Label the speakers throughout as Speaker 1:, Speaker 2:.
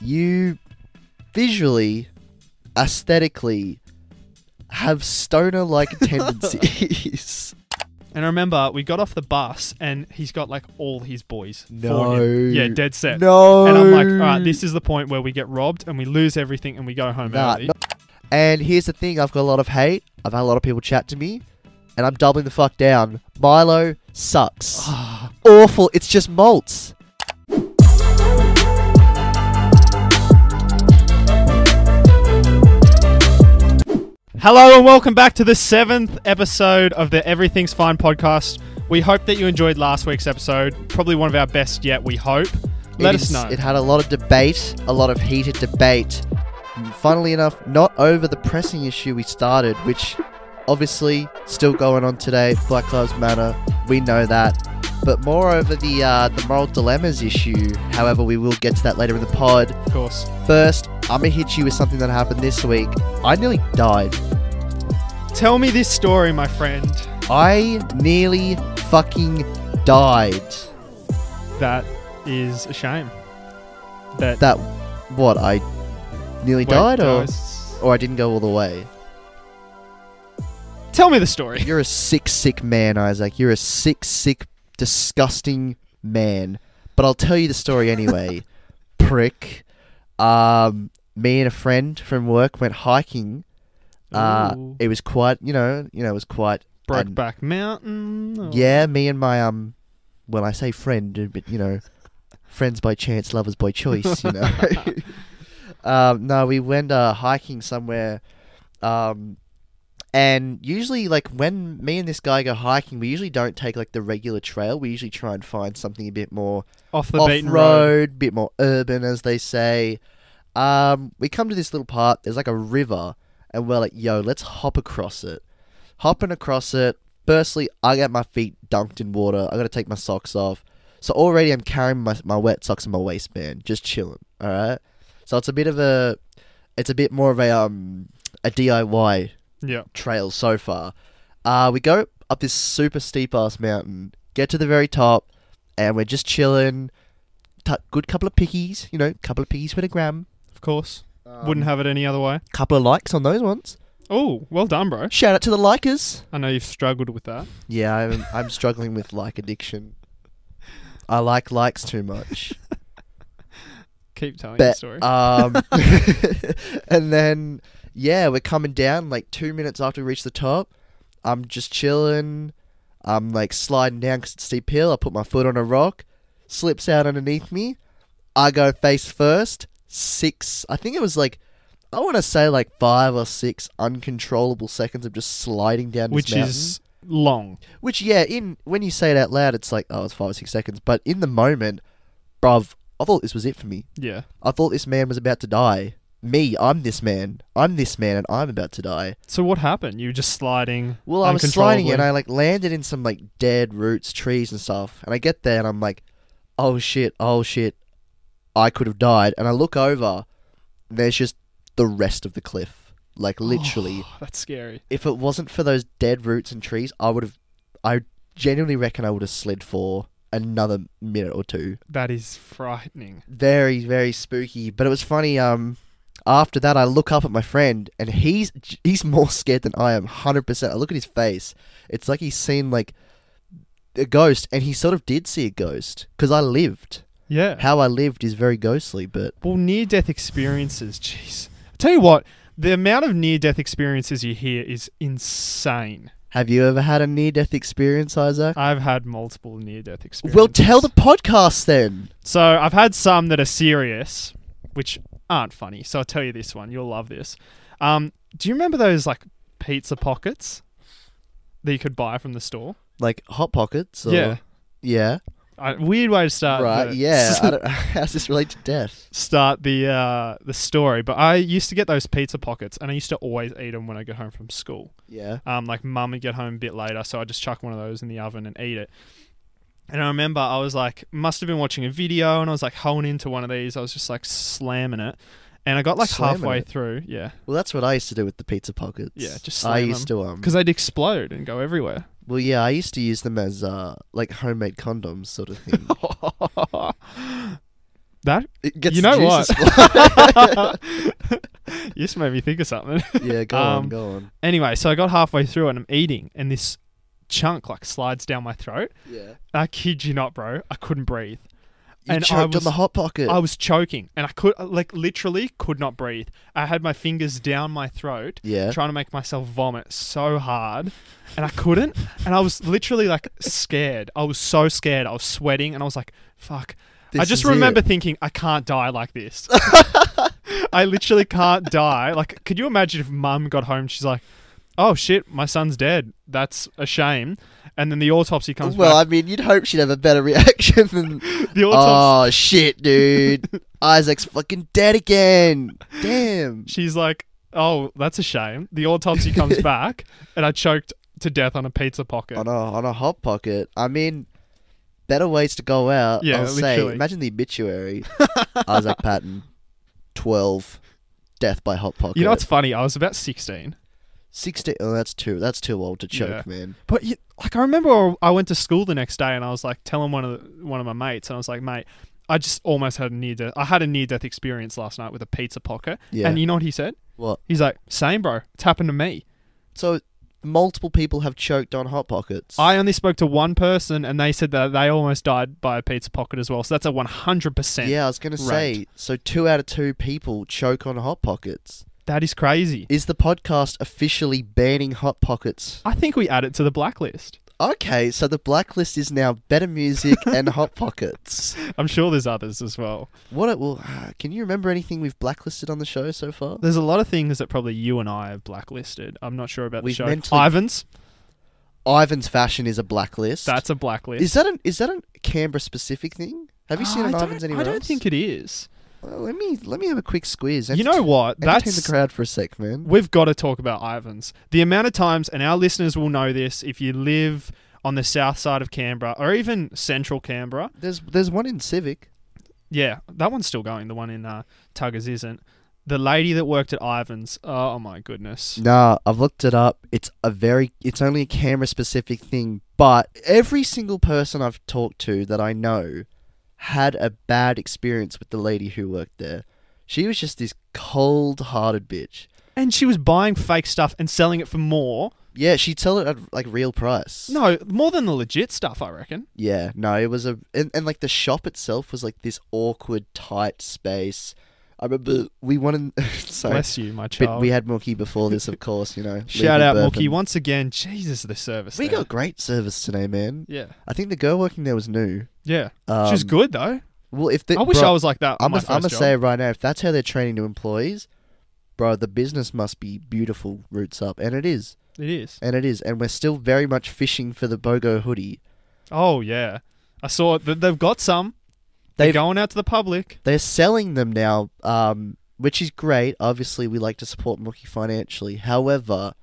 Speaker 1: you visually, aesthetically, have stoner like tendencies.
Speaker 2: And I remember we got off the bus and he's got like all his boys. for
Speaker 1: No.
Speaker 2: him. Yeah, dead set.
Speaker 1: no.
Speaker 2: And I'm like, all right, this is the point where we get robbed and we lose everything and we go home
Speaker 1: Nah,
Speaker 2: early.
Speaker 1: no- And here's the thing I've got a lot of hate. I've had a lot of people chat to me, and I'm doubling the fuck down. Milo sucks.
Speaker 2: Oh.
Speaker 1: Awful. It's just malts.
Speaker 2: Hello and welcome back to the seventh episode of the Everything's Fine podcast. We hope that you enjoyed last week's episode. Probably one of our best yet, we hope. Let
Speaker 1: It
Speaker 2: us
Speaker 1: is-
Speaker 2: know.
Speaker 1: It had a lot of debate, a lot of heated debate. Funnily enough, not over the pressing issue we started, which obviously still going on today. Black Lives Matter, we know that. But more over the uh, the moral dilemmas issue. However, we will get to that later in the pod.
Speaker 2: of course.
Speaker 1: First, I'm gonna hit you with something that happened this week. I nearly died.
Speaker 2: Tell me this story, my friend.
Speaker 1: I nearly fucking died.
Speaker 2: That is a shame. That,
Speaker 1: That what I nearly
Speaker 2: wait,
Speaker 1: died, or
Speaker 2: does-
Speaker 1: or I didn't go all the way.
Speaker 2: Tell me the story.
Speaker 1: You're a sick, sick man, Isaac. You're a sick, sick, disgusting man. But I'll tell you the story anyway, prick. Um, me and a friend from work went hiking. Uh,
Speaker 2: Ooh.
Speaker 1: it was quite, you know, you know, it was quite. and-
Speaker 2: Brokeback Mountain. or-
Speaker 1: Yeah, me and my um, well, I say friend, uh, but you know, friends by chance, lovers by choice. You know. um, no, we went uh, hiking somewhere, um, and usually, like when me and this guy go hiking, we usually don't take like the regular trail. We usually try and find something a bit more
Speaker 2: Off the
Speaker 1: off
Speaker 2: beaten road.
Speaker 1: road, bit more urban, as they say. Um, we come to this little part. There's like a river, and we're like, "Yo, let's hop across it." Hopping across it. Firstly, I get my feet dunked in water. I got to take my socks off. So already I'm carrying my, my wet socks in my waistband, just chilling. All right. So it's a bit of a, it's a bit more of a um a DIY
Speaker 2: Yeah.
Speaker 1: trail so far. Uh, we go up this super steep ass mountain, get to the very top, and we're just chilling. T- good couple of pickies, you know, couple of pickies with a gram.
Speaker 2: Of course. Um, Wouldn't
Speaker 1: Um,
Speaker 2: have it any other way.
Speaker 1: Couple of likes on those ones.
Speaker 2: Oh, well done, bro.
Speaker 1: Shout out to the likers.
Speaker 2: I know you've struggled with that.
Speaker 1: Yeah, I'm, I'm struggling with like addiction. I like likes too much.
Speaker 2: Keep telling the
Speaker 1: Bet.
Speaker 2: story.
Speaker 1: Um, and then yeah, we're coming down like two minutes after we reach the top. I'm just chilling. I'm like sliding down because it's a steep hill. I put my foot on a rock, slips out underneath me. I go face first. Six, I think it was like, I want to say like five or six uncontrollable seconds of just sliding down
Speaker 2: which
Speaker 1: this mountain.
Speaker 2: is long.
Speaker 1: Which yeah, in when you say it out loud, it's like oh, it's five or six seconds. But in the moment, bruv, I thought this was it for me.
Speaker 2: Yeah.
Speaker 1: I thought this man was about to die. Me, I'm this man. I'm this man, and I'm about to die.
Speaker 2: So what happened? You were just sliding.
Speaker 1: Well, I was sliding, and
Speaker 2: uncontrollably.
Speaker 1: I like landed in some like dead roots, trees, and stuff. And I get there, and I'm like, "Oh shit! Oh shit! I could have died." And I look over, and there's just the rest of the cliff. Like literally,
Speaker 2: Oh, that's scary.
Speaker 1: if it wasn't for those dead roots and trees, I would have. I genuinely reckon I would have slid for another minute or two.
Speaker 2: That is frightening.
Speaker 1: very very spooky but it was funny um after that i look up at my friend and he's he's more scared than i am 100% i look at his face it's like he's seen like a ghost and he sort of did see a ghost because i lived
Speaker 2: Yeah.
Speaker 1: how i lived is very ghostly but
Speaker 2: Well, near death experiences. Jeez. I tell you what, the amount of near death experiences you hear is insane.
Speaker 1: have you ever had a near-death experience isaac
Speaker 2: I've had multiple near death experiences.
Speaker 1: well tell the podcast then
Speaker 2: So I've had some that are serious, which aren't funny. So I'll tell you this one. You'll love this. Um, do you remember those like pizza pockets that you could buy from the store?
Speaker 1: like hot pockets or,
Speaker 2: yeah. Uh,
Speaker 1: yeah
Speaker 2: I, weird way to start.
Speaker 1: right
Speaker 2: the-
Speaker 1: yeah I don't, how's this relate to death
Speaker 2: start the uh, the story. But I used to get those pizza pockets, and I used to always eat them when I go home from school.
Speaker 1: yeah
Speaker 2: Um, like mum would get home a bit later, so I just chuck one of those in the oven and eat it. And I remember I was like, must have been watching a video, and I was like honing into one of these. I was just like slamming it, and I got like
Speaker 1: Slamming
Speaker 2: halfway
Speaker 1: it?
Speaker 2: through, yeah,
Speaker 1: well that's what i used to do with the pizza pockets
Speaker 2: Yeah, just
Speaker 1: i
Speaker 2: slam
Speaker 1: used to um
Speaker 2: because they'd explode and go everywhere.
Speaker 1: Well, yeah, I used to use them as uh, like homemade condoms, sort of thing.
Speaker 2: That
Speaker 1: It gets
Speaker 2: you know
Speaker 1: the juices flowing.
Speaker 2: what? you just made me think of something.
Speaker 1: yeah, go
Speaker 2: Um,
Speaker 1: on, go on.
Speaker 2: Anyway, so I got halfway through and I'm eating, and this chunk like slides down my throat.
Speaker 1: Yeah.
Speaker 2: I kid you not, bro. I couldn't breathe.
Speaker 1: You
Speaker 2: and I
Speaker 1: choked on
Speaker 2: was-
Speaker 1: the hot pocket.
Speaker 2: I was choking, and I could uh, like literally could not breathe. I had my fingers down my throat,
Speaker 1: yeah.
Speaker 2: trying to make myself vomit so hard and I couldn't. And I was literally like scared. I was so scared. I was sweating and I was like, fuck. I
Speaker 1: This
Speaker 2: just
Speaker 1: is it.
Speaker 2: remember thinking, I can't die like this. I literally can't die. Like, could you imagine if mum got home? She's like, oh shit, my son's dead. That's a shame. And then the autopsy comes
Speaker 1: Well,
Speaker 2: back.
Speaker 1: I mean, you'd hope she'd have a better reaction than.
Speaker 2: The autopsy.
Speaker 1: oh shit, dude! Isaac's fucking dead again. Damn.
Speaker 2: she's like, oh, that's a shame. The autopsy comes back and I choked to death on a pizza pocket.
Speaker 1: on a on a hot pocket. I mean, better ways to go out.
Speaker 2: Yeah,
Speaker 1: I'll
Speaker 2: literally.
Speaker 1: say. Imagine the obituary. Isaac Patton, twelve, death by hot pocket.
Speaker 2: You know what's funny? I was about 16.
Speaker 1: sixteen. Oh, that's too. That's too old to choke,
Speaker 2: Yeah.
Speaker 1: man.
Speaker 2: But you, like I remember, I went to school the next day, and I was like telling one of the, one of my mates, and I was like, "Mate, I just almost had a near death. I had a near death experience last night with a pizza pocket."
Speaker 1: Yeah.
Speaker 2: And you know what he said?
Speaker 1: What?
Speaker 2: He's like, "Same, bro. It's happened to me.
Speaker 1: So multiple people have choked on hot pockets.
Speaker 2: I only spoke to one person, and they said that they almost died by a pizza pocket as well. So that's a one hundred percent.
Speaker 1: Yeah, I was gonna say.
Speaker 2: Right.
Speaker 1: So two out of two people choke on hot pockets.
Speaker 2: That is crazy.
Speaker 1: Is the podcast officially banning hot pockets?
Speaker 2: I think we add it to the blacklist.
Speaker 1: Okay, so the blacklist is now better music and hot pockets.
Speaker 2: I'm sure there's others as well.
Speaker 1: What it will? uh, Can you remember anything we've blacklisted on the show so far?
Speaker 2: There's a lot of things that probably you and I have blacklisted. I'm not sure about the
Speaker 1: We've
Speaker 2: show.
Speaker 1: mentally-
Speaker 2: Ivan's.
Speaker 1: Ivan's fashion is a blacklist.
Speaker 2: That's a blacklist.
Speaker 1: is that an is that a Canberra specific thing? Have you
Speaker 2: Ah,
Speaker 1: seen an
Speaker 2: I don't-
Speaker 1: Ivan's anywhere
Speaker 2: I don't
Speaker 1: else?
Speaker 2: think it is.
Speaker 1: Well, let me let me have a quick squeeze.
Speaker 2: You know what?
Speaker 1: entertain
Speaker 2: That's
Speaker 1: the crowd for a sec, man.
Speaker 2: we've got to talk about Ivan's. The amount of times, and our listeners will know this, if you live on the south side of Canberra or even central Canberra,
Speaker 1: There's there's one in Civic.
Speaker 2: yeah, that one's still going. The one in uh, Tuggers isn't. The lady that worked at Ivan's. Oh my goodness.
Speaker 1: Nah, I've looked it up. It's a very it's only a Canberra specific thing, but every single person I've talked to that I know had a bad experience with the lady who worked there. She was just this cold-hearted bitch.
Speaker 2: And she was buying fake stuff and selling it for more.
Speaker 1: Yeah, she'd sell it at like real price.
Speaker 2: No, more than the legit stuff, I reckon.
Speaker 1: Yeah, no, it was a and, and like the shop itself was like this awkward, tight space. I remember we wanted sorry,
Speaker 2: Bless you, my
Speaker 1: but
Speaker 2: child.
Speaker 1: we had Mookie before this, of course. You know,
Speaker 2: Shout
Speaker 1: legal
Speaker 2: out
Speaker 1: burp
Speaker 2: Mookie
Speaker 1: and-
Speaker 2: once again. Jesus, the service.
Speaker 1: We
Speaker 2: there.
Speaker 1: got great service today, man.
Speaker 2: yeah,
Speaker 1: I think the girl working there was new.
Speaker 2: yeah.
Speaker 1: Um,
Speaker 2: She's good though.
Speaker 1: Well, if the,
Speaker 2: I wish
Speaker 1: bro,
Speaker 2: I was like that.
Speaker 1: I'm
Speaker 2: on my
Speaker 1: gonna I'm gonna
Speaker 2: first job.
Speaker 1: say it right now. If that's how they're training new employees, bro, the business must be beautiful roots up, and it is,
Speaker 2: it is.
Speaker 1: and it is, and we're still very much fishing for the BOGO hoodie.
Speaker 2: Oh yeah, I saw it. Th- They've got some. They're
Speaker 1: They've-
Speaker 2: going out to the public.
Speaker 1: they're selling them now, um, which is great. Obviously, we like to support Mookie financially. However,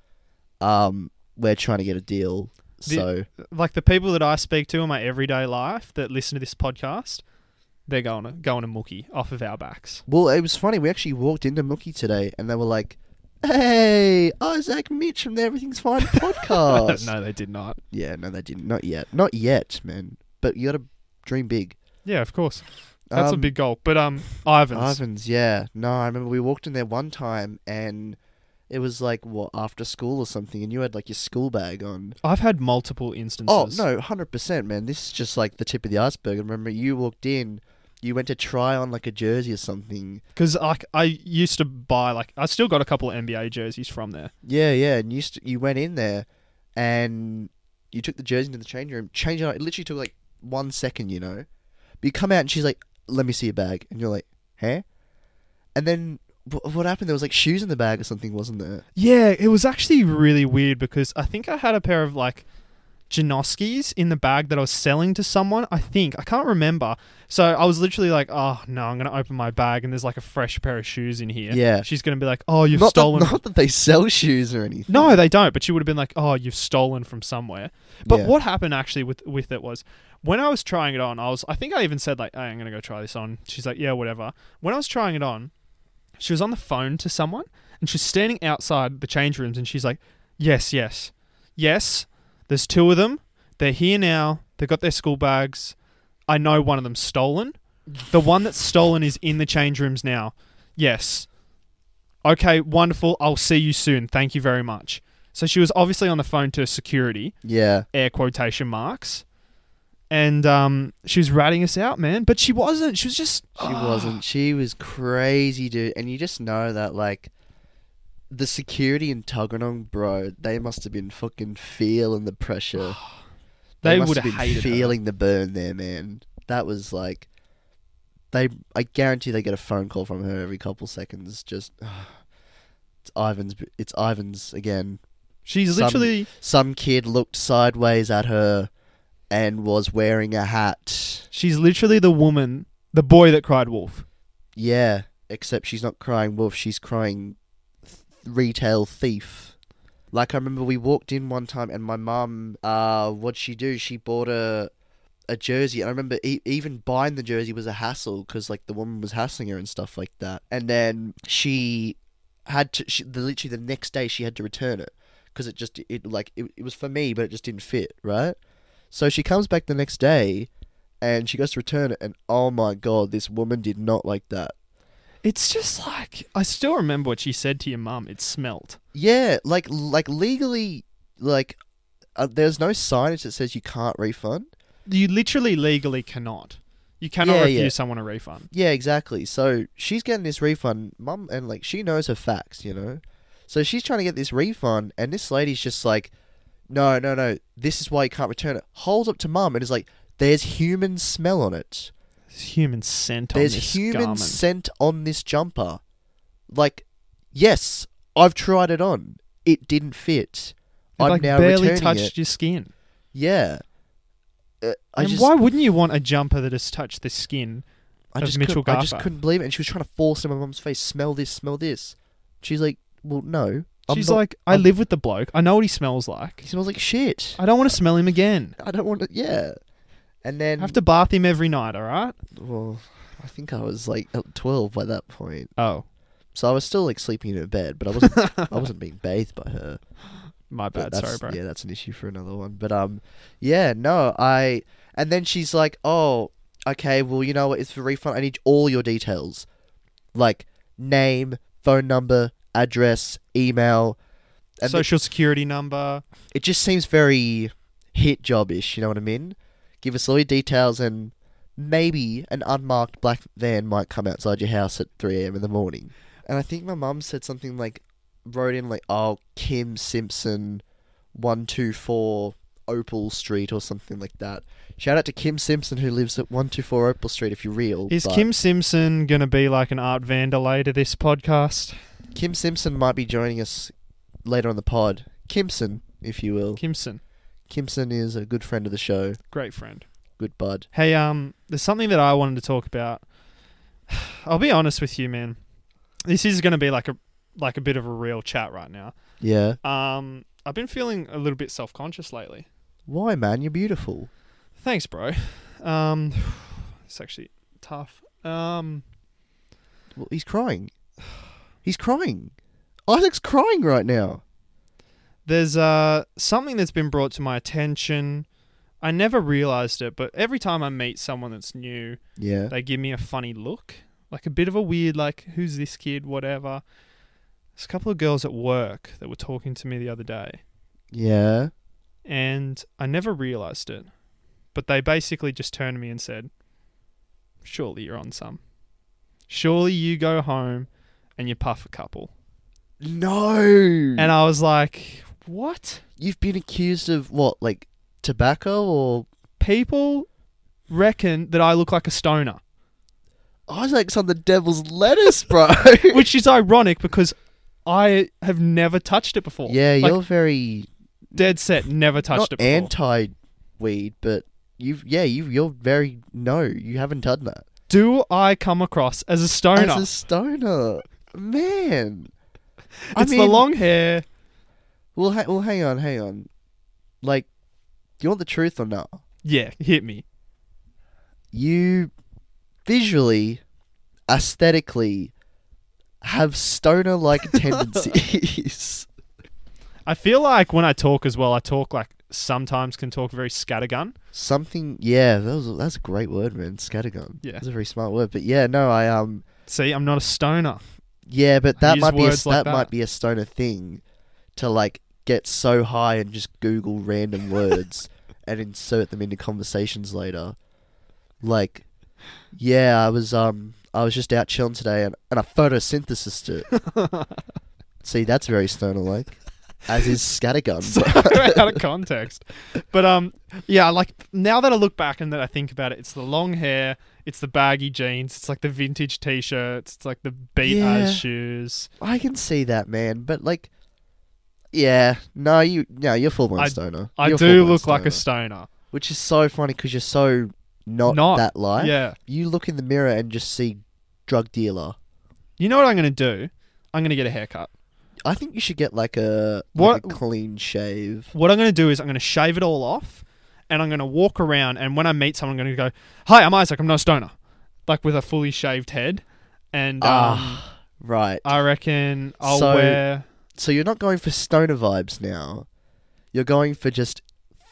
Speaker 1: um, we're trying to get a deal.
Speaker 2: The-
Speaker 1: So
Speaker 2: Like the people that I speak to in my everyday life that listen to this podcast, they're going to going to Mookie off of our backs.
Speaker 1: well, it was funny. We actually walked into Mookie today, and they were like, "Hey, Isaac Mitch from the Everything's Fine podcast."
Speaker 2: no, they did not.
Speaker 1: Yeah, no, they didn't. Not yet. Not yet, man. But you gotta dream big.
Speaker 2: Yeah, of course. That's a
Speaker 1: Um,
Speaker 2: big goal. But um, Ivan's.
Speaker 1: Ivans, yeah. No, I remember we walked in there one time, and it was like what after school or something, and you had like your school bag on.
Speaker 2: I've had multiple instances.
Speaker 1: Oh no, hundred percent, man. This is just like the tip of the iceberg. I remember you walked in, you went to try on like a jersey or something.
Speaker 2: because like I used to buy like I still got a couple of NBA jerseys from there.
Speaker 1: Yeah, yeah, and you st- you went in there, and you took the jersey into the change room, changed it. out. It literally took like one second, you know. But you come out and she's like, "Let me see your bag," and you're like, "Huh?" And then wh- what happened? There was like shoes in the bag or something, wasn't there?
Speaker 2: Yeah, it was actually really weird because I think I had a pair of like Janoskis in the bag that I was selling to someone. I think I can't remember. So I was literally like, "Oh no, I'm gonna open my bag and there's like a fresh pair of shoes in here."
Speaker 1: Yeah.
Speaker 2: she's gonna be like, "Oh, you've
Speaker 1: not
Speaker 2: stolen."
Speaker 1: That, not that they sell shoes or anything.
Speaker 2: no, they don't. But she would have been like, "Oh, you've stolen from somewhere." But
Speaker 1: Yeah.
Speaker 2: what happened actually with with it was when I was trying it on, I was I think I even said like, "Hey, I'm gonna go try this on." She's like, "Yeah, whatever." When I was trying it on, she was on the phone to someone and she's standing outside the change rooms and she's like, "Yes, yes, yes. There's two of them. They're here now. They got their school bags. I know one of them's stolen." The one that's stolen is in the change rooms now. Yes. Okay, wonderful. I'll see you soon. Thank you very much. So she was obviously on the phone to security,
Speaker 1: Yeah.
Speaker 2: air quotation marks, and um, she was ratting us out, man. But she wasn't. She was just.
Speaker 1: She wasn't. She was crazy, dude. And you just know that, like, the security in Tuggeranong, bro, they must have been fucking feeling the pressure.
Speaker 2: ah, They
Speaker 1: must
Speaker 2: would
Speaker 1: have
Speaker 2: have
Speaker 1: been
Speaker 2: hated her.
Speaker 1: feeling the burn there, man. That was like, they. I guarantee they get a phone call from her every couple seconds. Just, it's Ivan's. It's Ivan's again.
Speaker 2: She's
Speaker 1: Some-
Speaker 2: literally.
Speaker 1: Some kid looked sideways at her, and was wearing a hat.
Speaker 2: She's literally the woman, the boy that cried wolf.
Speaker 1: Yeah, except she's not crying wolf. She's crying th- retail thief. Like I remember, we walked in one time, and my mum, uh, what'd she do? She bought a a jersey, and I remember e- even buying the jersey was a hassle because like the woman was hassling her and stuff like that. And then she had to she, the, literally the next day she had to return it because it just it like it, it was for me, but it just didn't fit right. So she comes back the next day, and she goes to return it, and oh my god, this woman did not like that.
Speaker 2: It's just like I still remember what she said to your mum. It smelt.
Speaker 1: Yeah, like like legally, like uh, there's no signage that says you can't refund.
Speaker 2: You literally legally cannot. You cannot
Speaker 1: Yeah,
Speaker 2: refuse
Speaker 1: yeah.
Speaker 2: someone a refund.
Speaker 1: Yeah, exactly. So she's getting this refund, mum, and like she knows her facts, you know. So she's trying to get this refund, and this lady's just like, "No, no, no. This is why you can't return it." Holds up to mum and is like, "There's human smell on it.
Speaker 2: There's human scent on this
Speaker 1: There's human
Speaker 2: garment.
Speaker 1: scent on this jumper." Like, yes, I've tried it on. It didn't fit.
Speaker 2: It,
Speaker 1: I'm
Speaker 2: like
Speaker 1: now
Speaker 2: barely
Speaker 1: returning
Speaker 2: touched
Speaker 1: it.
Speaker 2: your skin.
Speaker 1: Yeah. Uh, I
Speaker 2: and
Speaker 1: just,
Speaker 2: why wouldn't you want a jumper that has touched the skin?
Speaker 1: I
Speaker 2: of
Speaker 1: just
Speaker 2: Mitchell
Speaker 1: couldn't, I just
Speaker 2: Garfer?
Speaker 1: couldn't believe it. And she was trying to force it in my mum's face, smell this, smell this. She's like, well, no. I'm
Speaker 2: She's
Speaker 1: not-
Speaker 2: like, I
Speaker 1: I'm-
Speaker 2: live with the bloke. I know what he smells like.
Speaker 1: he smells like shit.
Speaker 2: I don't want to smell him again.
Speaker 1: I don't want to, yeah. And
Speaker 2: I
Speaker 1: then,
Speaker 2: have to bath him every night, all right?
Speaker 1: well, I think I was like at 12 by that point.
Speaker 2: Oh,
Speaker 1: So I was still like sleeping in her bed, but I wasn't, I wasn't being bathed by her.
Speaker 2: my
Speaker 1: But
Speaker 2: bad.
Speaker 1: that's-
Speaker 2: Sorry, bro.
Speaker 1: Yeah, that's an issue for another one. But um, yeah, no, I. And then she's like, "Oh, okay, well, you know what? It's for refund. I need all your details, like name, phone number, address, email." And then-
Speaker 2: Social security number.
Speaker 1: it just seems very hit job-ish. You know what I mean? Give us all your details, and maybe an unmarked black van might come outside your house at three a.m. in the morning. And I think my mum said something like, wrote in like, "Oh, Kim Simpson, one two four Opal Street or something like that." Shout out to Kim Simpson who lives at one two four Opal Street. If you're real,
Speaker 2: Is
Speaker 1: but
Speaker 2: Kim Simpson going to be like an Art Vandelay to this podcast?
Speaker 1: Kim Simpson might be joining us later on the pod. Kimson, if you will.
Speaker 2: Kimson,
Speaker 1: Kimson is a good friend of the show.
Speaker 2: great friend.
Speaker 1: Good bud.
Speaker 2: Hey, um, there's something that I wanted to talk about. I'll be honest with you, man. This is going to be like a like a bit of a real chat right now.
Speaker 1: Yeah.
Speaker 2: Um, I've been feeling a little bit self conscious lately.
Speaker 1: Why, man? You're beautiful.
Speaker 2: Thanks, bro. Um, it's actually tough. Um,
Speaker 1: Well, he's crying. He's crying. Isaac's crying right now.
Speaker 2: there's uh something that's been brought to my attention. I never realized it, but every time I meet someone that's new,
Speaker 1: Yeah.
Speaker 2: they give me a funny look, like a bit of a weird, like who's this kid, whatever. There's a couple of girls at work that were talking to me the other day,
Speaker 1: Yeah.
Speaker 2: and I never realized it, but they basically just turned to me and said, "Surely you're on some. Surely you go home and you puff a couple."
Speaker 1: No. Hmm.
Speaker 2: And I was like, "What?"
Speaker 1: You've been accused of what, like tobacco or
Speaker 2: People reckon that I look like a stoner.
Speaker 1: Isaac's on the devil's lettuce, bro.
Speaker 2: which is ironic because I have never touched it before.
Speaker 1: yeah,
Speaker 2: like,
Speaker 1: you're very
Speaker 2: dead set. Never touched
Speaker 1: not
Speaker 2: it before.
Speaker 1: anti-weed, but you've yeah you you're very no, you haven't done that.
Speaker 2: Do I come across as a stoner?
Speaker 1: As a stoner, man.
Speaker 2: it's
Speaker 1: I
Speaker 2: the
Speaker 1: mean-
Speaker 2: long hair.
Speaker 1: Well, ha- well, hang on, hang on. Like, do you want the truth or not?
Speaker 2: Yeah, hit me.
Speaker 1: you visually, aesthetically, have stoner like tendencies.
Speaker 2: I feel like when I talk as well, I talk like sometimes can talk very scattergun.
Speaker 1: Something, yeah, that was that's a great word, man. Scattergun.
Speaker 2: Yeah.
Speaker 1: that's a very smart word. But yeah, no, I um,
Speaker 2: See, I'm not a stoner.
Speaker 1: yeah, but that
Speaker 2: Use
Speaker 1: might be a,
Speaker 2: words like
Speaker 1: that,
Speaker 2: that.
Speaker 1: might be a stoner thing, to like get so high and just Google random words and insert them into conversations later. Like, yeah, I was um, I was just out chilling today and and I photosynthesized it. See, that's very stoner like, as is scattergun.
Speaker 2: so out of context. But um, yeah, like now that I look back and that I think about it, it's the long hair, it's the baggy jeans, it's like the vintage t-shirts, it's like the beat
Speaker 1: Yeah.
Speaker 2: as shoes.
Speaker 1: I can see that, man. But like, yeah, no, you, no, you're full blown
Speaker 2: I-
Speaker 1: stoner.
Speaker 2: I
Speaker 1: You're
Speaker 2: do
Speaker 1: full-blown
Speaker 2: look like a
Speaker 1: stoner.
Speaker 2: stoner.
Speaker 1: which is so funny because you're so not,
Speaker 2: Not,
Speaker 1: that life.
Speaker 2: Yeah.
Speaker 1: You look in the mirror and just see drug dealer.
Speaker 2: You know what I'm gonna do? I'm gonna get a haircut.
Speaker 1: I think you should get like a like
Speaker 2: What-
Speaker 1: a clean shave.
Speaker 2: What I'm gonna do is I'm gonna shave it all off, and I'm gonna walk around. And when I meet someone, I'm gonna go, "Hi, I'm Isaac. I'm not a stoner," like with a fully shaved head. And um,
Speaker 1: Ah, right.
Speaker 2: I reckon I'll
Speaker 1: So-
Speaker 2: wear.
Speaker 1: So you're not going for stoner vibes now. You're going for just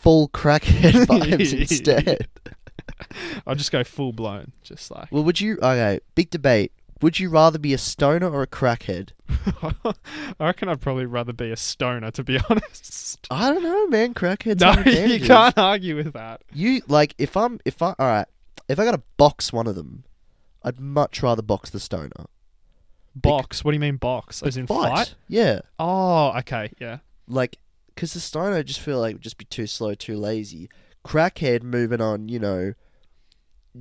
Speaker 1: full crackhead vibes instead.
Speaker 2: I'll just go full blown, just like.
Speaker 1: Well, would you? Okay, big debate. Would you rather be a stoner or a crackhead?
Speaker 2: I reckon I'd probably rather be a stoner, to be honest.
Speaker 1: I don't know, man. Crackheads.
Speaker 2: no,
Speaker 1: have
Speaker 2: you
Speaker 1: advantages.
Speaker 2: can't argue with that.
Speaker 1: You like if I'm if I all right if I got to box one of them, I'd much rather box the stoner.
Speaker 2: Box? What do you mean box? As in fight?
Speaker 1: Yeah,
Speaker 2: Oh, okay, yeah.
Speaker 1: like because the stoner I just feel like would just be too slow, too lazy. Crackhead moving on, you know,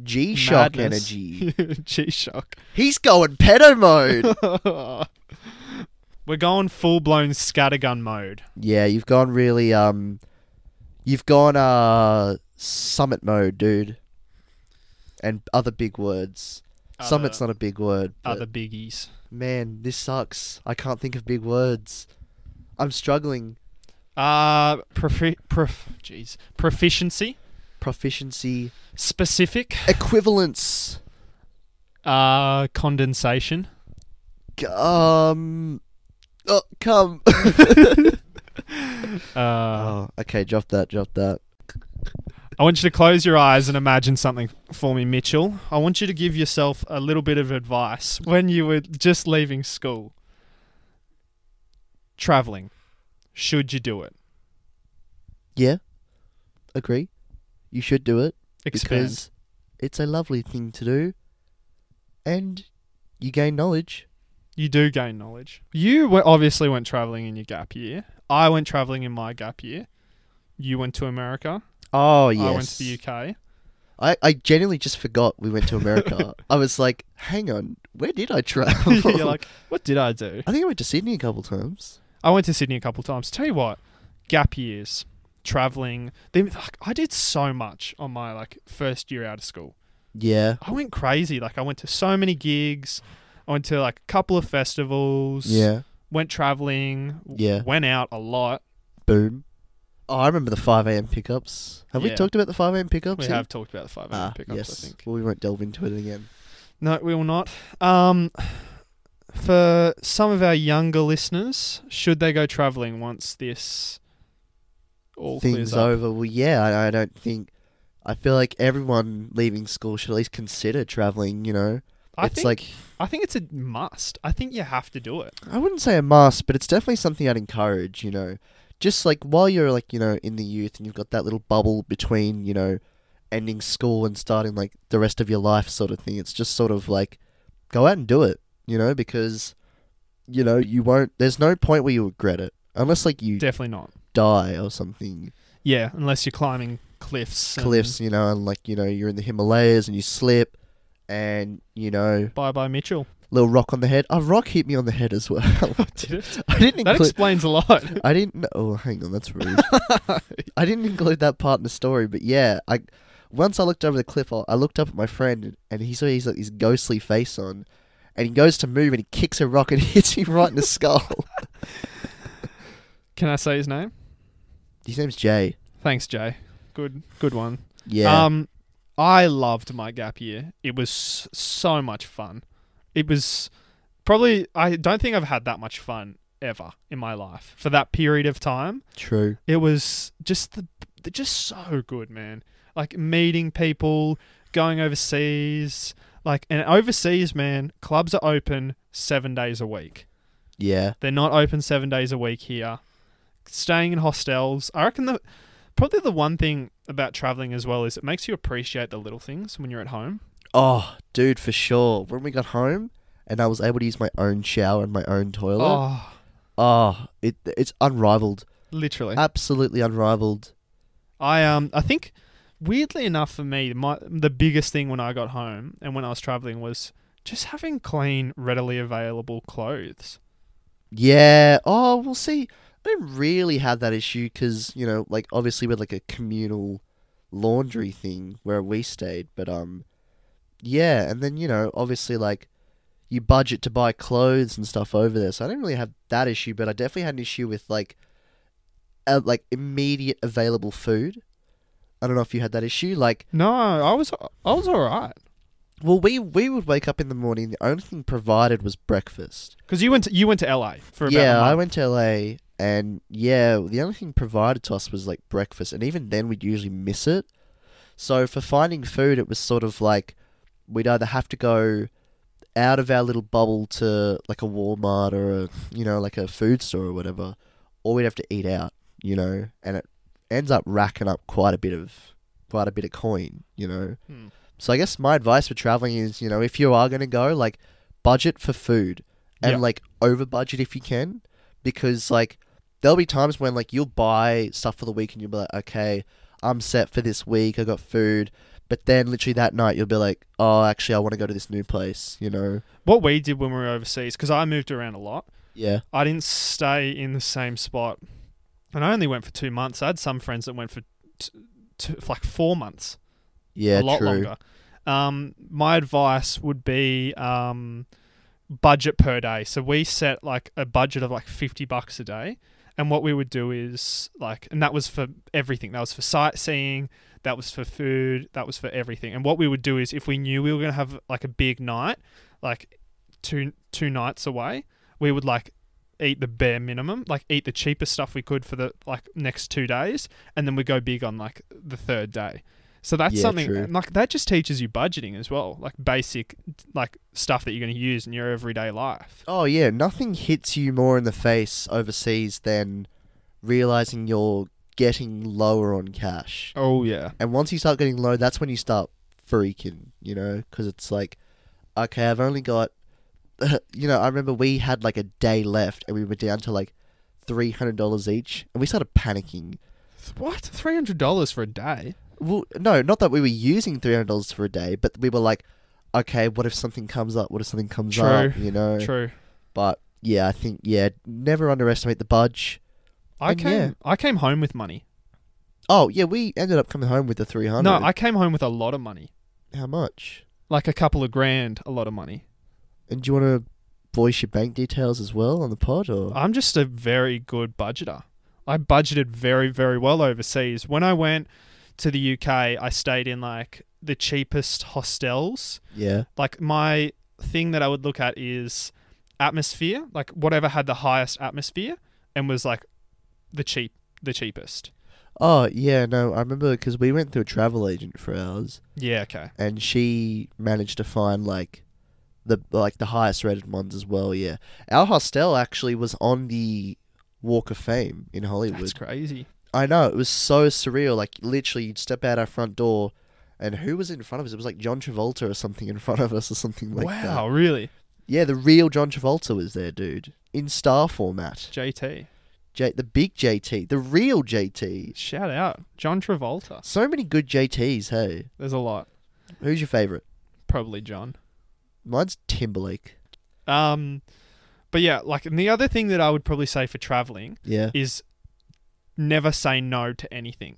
Speaker 1: G Shock
Speaker 2: Madness.
Speaker 1: energy.
Speaker 2: G shock.
Speaker 1: He's going pedo mode.
Speaker 2: We're going full blown scattergun mode.
Speaker 1: yeah, you've gone really um, you've gone uh summit mode, dude. And other big words. Summit's not a big word. but-
Speaker 2: Other biggies.
Speaker 1: Man, this sucks. I can't think of big words. I'm struggling.
Speaker 2: Uh, profi- prof- jeez. Proficiency.
Speaker 1: Proficiency,
Speaker 2: Specific.
Speaker 1: equivalence.
Speaker 2: Uh, condensation.
Speaker 1: G- Um, oh, come.
Speaker 2: Uh,
Speaker 1: oh, okay, drop that. Drop that.
Speaker 2: I want you to close your eyes and imagine something for me, Mitchell. I want you to give yourself a little bit of advice when you were just leaving school. Traveling. Should you do it?
Speaker 1: Yeah, agree. You should do it
Speaker 2: Expand.
Speaker 1: because it's a lovely thing to do, and you gain knowledge.
Speaker 2: You do gain knowledge. You were obviously went traveling in your gap year. I went traveling in my gap year. You went to America.
Speaker 1: Oh yes.
Speaker 2: I went to the UK.
Speaker 1: I, I genuinely just forgot we went to America. I was like, hang on, where did I travel?
Speaker 2: You're like, what did I do?
Speaker 1: I think I went to Sydney a couple times.
Speaker 2: I went to Sydney a couple times. Tell you what, gap years, traveling. They, like, I did so much on my like first year out of school.
Speaker 1: Yeah.
Speaker 2: I went crazy. Like I went to so many gigs. I went to like a couple of festivals.
Speaker 1: Yeah.
Speaker 2: Went traveling. w-
Speaker 1: Yeah.
Speaker 2: Went out a lot.
Speaker 1: Boom. Oh, I remember the 5 a.m. pickups. Have we
Speaker 2: Yeah.
Speaker 1: talked about the 5 a.m. pickups?
Speaker 2: We
Speaker 1: yet?
Speaker 2: have talked about the five
Speaker 1: Ah,
Speaker 2: pickups.
Speaker 1: yes.
Speaker 2: I think.
Speaker 1: Well, we won't delve into it again.
Speaker 2: No, we will not. Um, for some of our younger listeners, should they go traveling once this all
Speaker 1: Things
Speaker 2: clears up?
Speaker 1: over. Well, yeah, I, I don't think. I feel like everyone leaving school should at least consider traveling, you know?
Speaker 2: I
Speaker 1: it's
Speaker 2: think,
Speaker 1: like-
Speaker 2: I think it's a must. I think you have to do it.
Speaker 1: I wouldn't say a must, but it's definitely something I'd encourage, you know? Just like while you're like, you know, in the youth and you've got that little bubble between, you know, ending school and starting like the rest of your life sort of thing. It's just sort of like go out and do it, you know, because you know, you won't there's no point where you regret it. Unless like you
Speaker 2: Definitely not.
Speaker 1: die or something.
Speaker 2: Yeah, unless you're climbing cliffs. and-
Speaker 1: Cliffs, you know, and like, you know, you're in the Himalayas and you slip and, you know,
Speaker 2: Bye bye, Mitchell.
Speaker 1: little rock on the head. A rock hit me on the head as well.
Speaker 2: Did it?
Speaker 1: I didn't
Speaker 2: That
Speaker 1: include
Speaker 2: explains a lot.
Speaker 1: I didn't. kn- Oh, hang on, that's rude. I didn't include that part in the story, but yeah, I once I looked over the cliff, I I looked up at my friend, and he saw he's like his ghostly face on, and he goes to move, and he kicks a rock and hits him right in the skull.
Speaker 2: Can I say his name?
Speaker 1: His name's Jay.
Speaker 2: Thanks, Jay. Good, good one.
Speaker 1: Yeah,
Speaker 2: Um, I loved my gap year. It was s- so much fun. It was probably I don't think I've had that much fun ever in my life for that period of time.
Speaker 1: True.
Speaker 2: It was just the the- just so good, man. Like meeting people, going overseas, like and overseas, man, clubs are open 7 days a week.
Speaker 1: Yeah.
Speaker 2: They're not open 7 days a week here. Staying in hostels. I reckon the probably the one thing about traveling as well is it makes you appreciate the little things when you're at home.
Speaker 1: Oh, dude, for sure. When we got home and I was able to use my own shower and my own toilet,
Speaker 2: Oh,
Speaker 1: oh, it it's unrivaled.
Speaker 2: literally.
Speaker 1: Absolutely unrivaled.
Speaker 2: I um I think weirdly enough for me my the biggest thing when I got home and when I was traveling was just having clean readily available clothes.
Speaker 1: Yeah. Oh, we'll see. I don't really have that issue because you know, like obviously with like a communal laundry thing where we stayed, but um, yeah, and then you know, obviously like you budget to buy clothes and stuff over there, so I didn't really have that issue, but I definitely had an issue with like, uh, like immediate available food. I don't know if you had that issue, like.
Speaker 2: No, I was I was all right.
Speaker 1: Well, we we would wake up in the morning. The only thing provided was breakfast.
Speaker 2: Cuz you went to, you went to LA for about
Speaker 1: yeah,
Speaker 2: a
Speaker 1: I
Speaker 2: month.
Speaker 1: went to LA, and yeah, the only thing provided to us was like breakfast, and even then we'd usually miss it. So for finding food, it was sort of like we'd either have to go out of our little bubble to like a Walmart or a you know like a food store or whatever, or we'd have to eat out, you know, and it ends up racking up quite a bit of quite a bit of coin, you know.
Speaker 2: Hmm.
Speaker 1: So I guess my advice for traveling is, you know, if you are going to go, like, budget for food and
Speaker 2: Yeah.
Speaker 1: like over budget if you can, because like there'll be times when like you'll buy stuff for the week and you'll be like, okay, I'm set for this week. I got food, but then literally that night you'll be like, oh, actually, I want to go to this new place. You know?
Speaker 2: What we did when we were overseas cuz I moved around a lot.
Speaker 1: Yeah.
Speaker 2: I didn't stay in the same spot. And I only went for 2 months. I had some friends that went for t- t- like 4 months.
Speaker 1: Yeah.
Speaker 2: a lot
Speaker 1: true.
Speaker 2: longer. Um, my advice would be um, budget per day. So we set like a budget of like fifty bucks a day, and what we would do is like, and that was for everything. That was for sightseeing. That was for food. That was for everything. And what we would do is, if we knew we were gonna have like a big night, like two two nights away, we would like eat the bare minimum, like eat the cheapest stuff we could for the like next two days, and then we go big on like the third day. So that's
Speaker 1: Yeah,
Speaker 2: something
Speaker 1: true.
Speaker 2: and, like that just teaches you budgeting as well, like basic like stuff that you're going to use in your everyday life.
Speaker 1: Oh yeah, nothing hits you more in the face overseas than realizing you're getting lower on cash.
Speaker 2: Oh yeah,
Speaker 1: And once you start getting low, that's when you start freaking, you know, because it's like, okay, I've only got, you know, I remember we had like a day left and we were down to like three hundred dollars each, and we started panicking.
Speaker 2: what three hundred dollars for a day?
Speaker 1: Well, no, not that we were using three hundred dollars for a day, but we were like, okay, what if something comes up? What if something comes
Speaker 2: True.
Speaker 1: up? You know,
Speaker 2: True.
Speaker 1: but yeah, I think yeah, never underestimate the budge.
Speaker 2: I
Speaker 1: And
Speaker 2: came
Speaker 1: yeah.
Speaker 2: I came home with money.
Speaker 1: Oh yeah, we ended up coming home with the three hundred.
Speaker 2: No, I came home with a lot of money,
Speaker 1: how much?
Speaker 2: like a couple of grand, a lot of money.
Speaker 1: And do you want to voice your bank details as well on the pod or?
Speaker 2: I'm just a very good budgeter. I budgeted very, very well overseas. When I went to the UK, I stayed in like the cheapest hostels.
Speaker 1: Yeah.
Speaker 2: Like my thing that I would look at is atmosphere, like whatever had the highest atmosphere and was like the cheap, the cheapest.
Speaker 1: Oh, yeah, no, I remember because we went through a travel agent for ours,
Speaker 2: Yeah. Okay.
Speaker 1: and she managed to find like the like the highest rated ones as well. Yeah, our hostel actually was on the Walk of Fame in Hollywood.
Speaker 2: That's crazy.
Speaker 1: I know it was so surreal. Like literally, you'd step out our front door, and who was in front of us? It was like John Travolta or something in front of us or something like that.
Speaker 2: wow. Really?
Speaker 1: Yeah, the real John Travolta was there, dude, in star format.
Speaker 2: JT.
Speaker 1: J- the big JT, the real JT.
Speaker 2: Shout out. John Travolta.
Speaker 1: So many good JTs. Hey,
Speaker 2: There's a lot.
Speaker 1: who's your favorite?
Speaker 2: Probably John.
Speaker 1: Mine's Timberlake.
Speaker 2: Um, but yeah, like, and the other thing that I would probably say for traveling
Speaker 1: Yeah.
Speaker 2: is never say no to anything.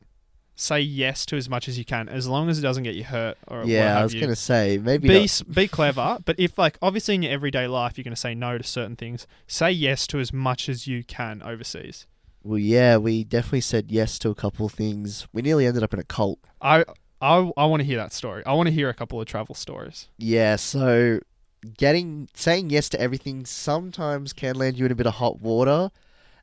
Speaker 2: Say yes to as much as you can, as long as it doesn't get you hurt or what
Speaker 1: yeah, I
Speaker 2: have
Speaker 1: was
Speaker 2: you.
Speaker 1: gonna say maybe.
Speaker 2: be
Speaker 1: not-
Speaker 2: s- be clever, but if like obviously in your everyday life you're going to say no to certain things, say yes to as much as you can overseas.
Speaker 1: Well, yeah, we definitely said yes to a couple things. We nearly ended up in a cult.
Speaker 2: I I I want to hear that story. I want to hear a couple of travel stories.
Speaker 1: Yeah. So getting saying yes to everything sometimes can land you in a bit of hot water.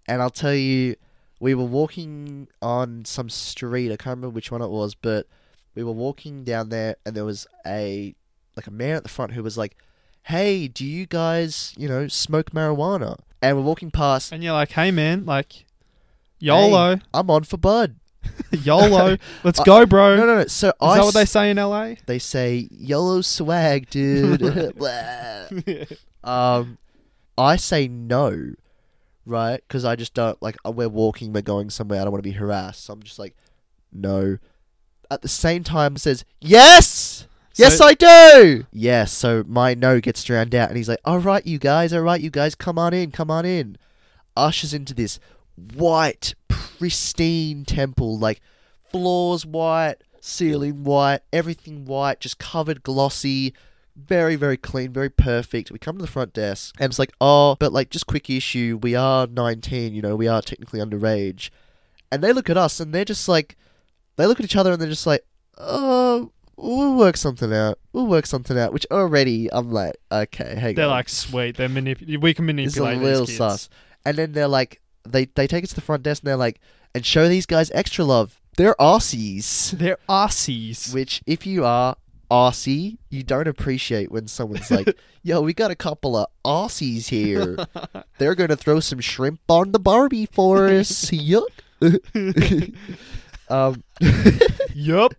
Speaker 1: And I'll tell you, we were walking on some street. I can't remember which one it was, but we were walking down there, and there was a like a man at the front who was like, "Hey, do you guys, you know, smoke marijuana?" And we're walking past.
Speaker 2: And you're like, hey man, like, YOLO,
Speaker 1: I'm on for bud.
Speaker 2: YOLO, let's go, bro.
Speaker 1: No, no, no. So
Speaker 2: Is
Speaker 1: I
Speaker 2: that what they
Speaker 1: s-
Speaker 2: say in LA?
Speaker 1: they say yellow swag, dude. Blah. Um, I say no, right? Because I just don't like. uh, We're walking, we're going somewhere. I don't want to be harassed. So I'm just like, no. At the same time, says yes, yes,
Speaker 2: So-
Speaker 1: I do. Yes. So my no gets drowned out, and he's like, all right, you guys, all right, you guys, come on in, come on in. Ushers into this white, pristine temple, like floors white, ceiling white, everything white, just covered glossy very, very clean, very perfect. We come to the front desk, and it's like, oh, but like, just quick issue, we are 19, you know, we are technically underage. And they look at us, and they're just like, they look at each other, and they're just like, oh, we'll work something out. We'll work something out. Which already, I'm like, okay, hang
Speaker 2: They're
Speaker 1: on.
Speaker 2: like, sweet, they're manip- we can
Speaker 1: This is a
Speaker 2: manipulate
Speaker 1: little
Speaker 2: these kids.
Speaker 1: sus. And then they're like, they, they take us to the front desk, and they're like, and show these guys extra love. They're Aussies.
Speaker 2: They're Aussies.
Speaker 1: Which, if you are Aussie, you don't appreciate when someone's like, yo, we got a couple of Aussies here. They're going to throw some shrimp on the Barbie for us. Yuck. um,
Speaker 2: yup.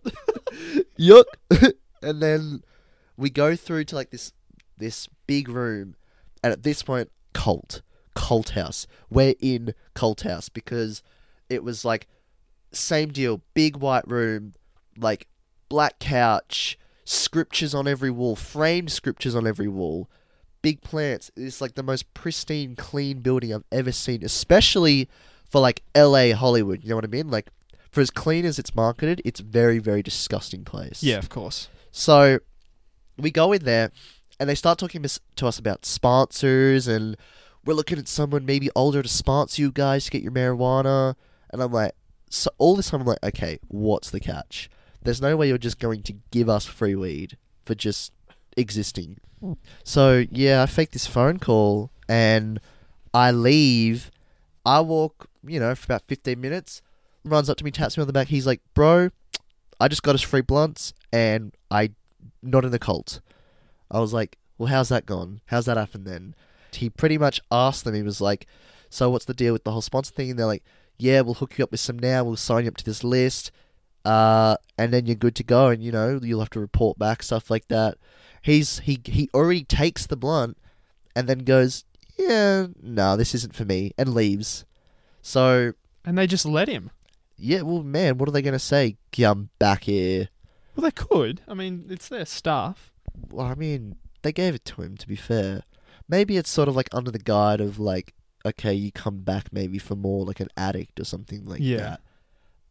Speaker 1: yuck. and then we go through to like this this big room, and at this point, cult, cult house. We're in cult house because it was like same deal, big white room, like black couch, scriptures on every wall, framed scriptures on every wall, big plants. It's like the most pristine, clean building I've ever seen, especially for like LA Hollywood. You know what I mean? Like for as clean as it's marketed, it's very, very disgusting place.
Speaker 2: Yeah, of course.
Speaker 1: So we go in there and they start talking mis- to us about sponsors and we're looking at someone maybe older to sponsor you guys to get your marijuana. And I'm like, so all this time I'm like, okay, what's the catch? There's no way you're just going to give us free weed for just existing. So yeah, I fake this phone call and I leave. I walk, you know, for about 15 minutes. Runs up to me, taps me on the back. He's like, bro, I just got us free blunts and I not in the cult. I was like, well, how's that gone? How's that happened then? He pretty much asked them. He was like, so what's the deal with the whole sponsor thing? And they're like, yeah, we'll hook you up with some now. We'll sign you up to this list, uh, and then you're good to go. And you know, you'll have to report back stuff like that. He's he he already takes the blunt, and then goes, yeah, no, this isn't for me, and leaves. So
Speaker 2: And they just let him.
Speaker 1: yeah, well, man, what are they gonna say? Come back here.
Speaker 2: Well, they could. I mean, it's their staff.
Speaker 1: Well, I mean, they gave it to him. To be fair, maybe it's sort of like under the guide of like, okay, you come back maybe for more like an addict or something like
Speaker 2: Yeah.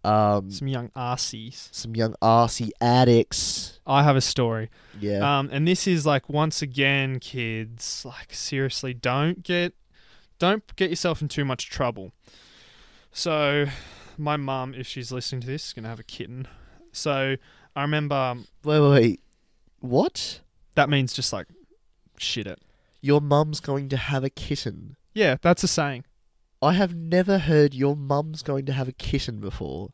Speaker 1: that. Um,
Speaker 2: Some young Aussies.
Speaker 1: some young arsey addicts.
Speaker 2: I have a story.
Speaker 1: Yeah,
Speaker 2: Um, and this is like once again, kids, like seriously, don't get don't get yourself in too much trouble. So my mum, if she's listening to this, is gonna have a kitten. So I remember um,
Speaker 1: wait, wait, wait. What?
Speaker 2: that means just like shit it.
Speaker 1: Your mum's going to have a kitten.
Speaker 2: Yeah, that's a saying.
Speaker 1: I have never heard your mum's going to have a kitten before.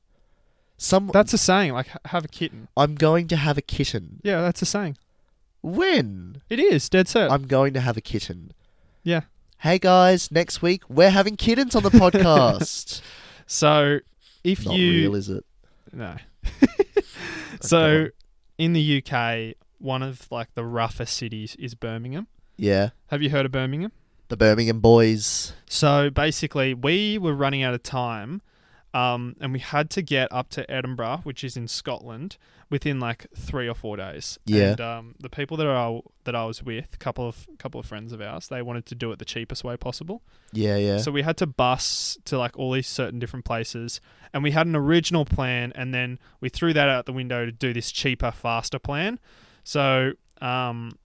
Speaker 1: Some
Speaker 2: That's a saying. Like ha- have a kitten.
Speaker 1: I'm going to have a kitten.
Speaker 2: Yeah, that's a saying.
Speaker 1: When?
Speaker 2: It is dead set.
Speaker 1: I'm going to have a kitten.
Speaker 2: Uh, Yeah.
Speaker 1: Hey guys, next week we're having kittens on the podcast.
Speaker 2: so if
Speaker 1: Not
Speaker 2: you
Speaker 1: real, is it?
Speaker 2: No. so, in the UK, one of like the rougher cities is Birmingham.
Speaker 1: Yeah.
Speaker 2: Have you heard of Birmingham?
Speaker 1: The Birmingham boys.
Speaker 2: So basically, we were running out of time, um, and we had to get up to Edinburgh, which is in Scotland, within like three or four days.
Speaker 1: Yeah.
Speaker 2: And um, the people that I that I was with, a couple of couple of friends of ours, they wanted to do it the cheapest way possible.
Speaker 1: Yeah, yeah.
Speaker 2: So we had to bus to like all these certain different places, and we had an original plan, and then we threw that out the window to do this cheaper, faster plan. So um,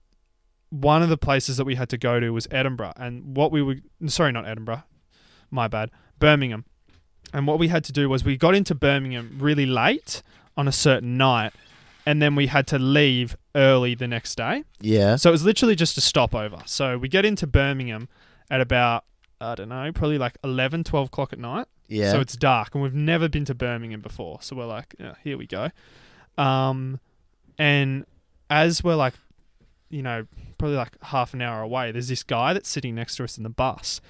Speaker 2: one of the places that we had to go to was Edinburgh, and what we were sorry, not Edinburgh, my bad, Birmingham. And what we had to do was we got into Birmingham really late on a certain night, and then we had to leave early the next day.
Speaker 1: Yeah.
Speaker 2: So it was literally just a stopover. So we get into Birmingham at about, I don't know, probably like 11, 12 o'clock at night.
Speaker 1: Yeah.
Speaker 2: So it's dark, and we've never been to Birmingham before. So we're like, yeah, here we go. Um, and as we're like, you know, probably like half an hour away, there's this guy that's sitting next to us in the bus,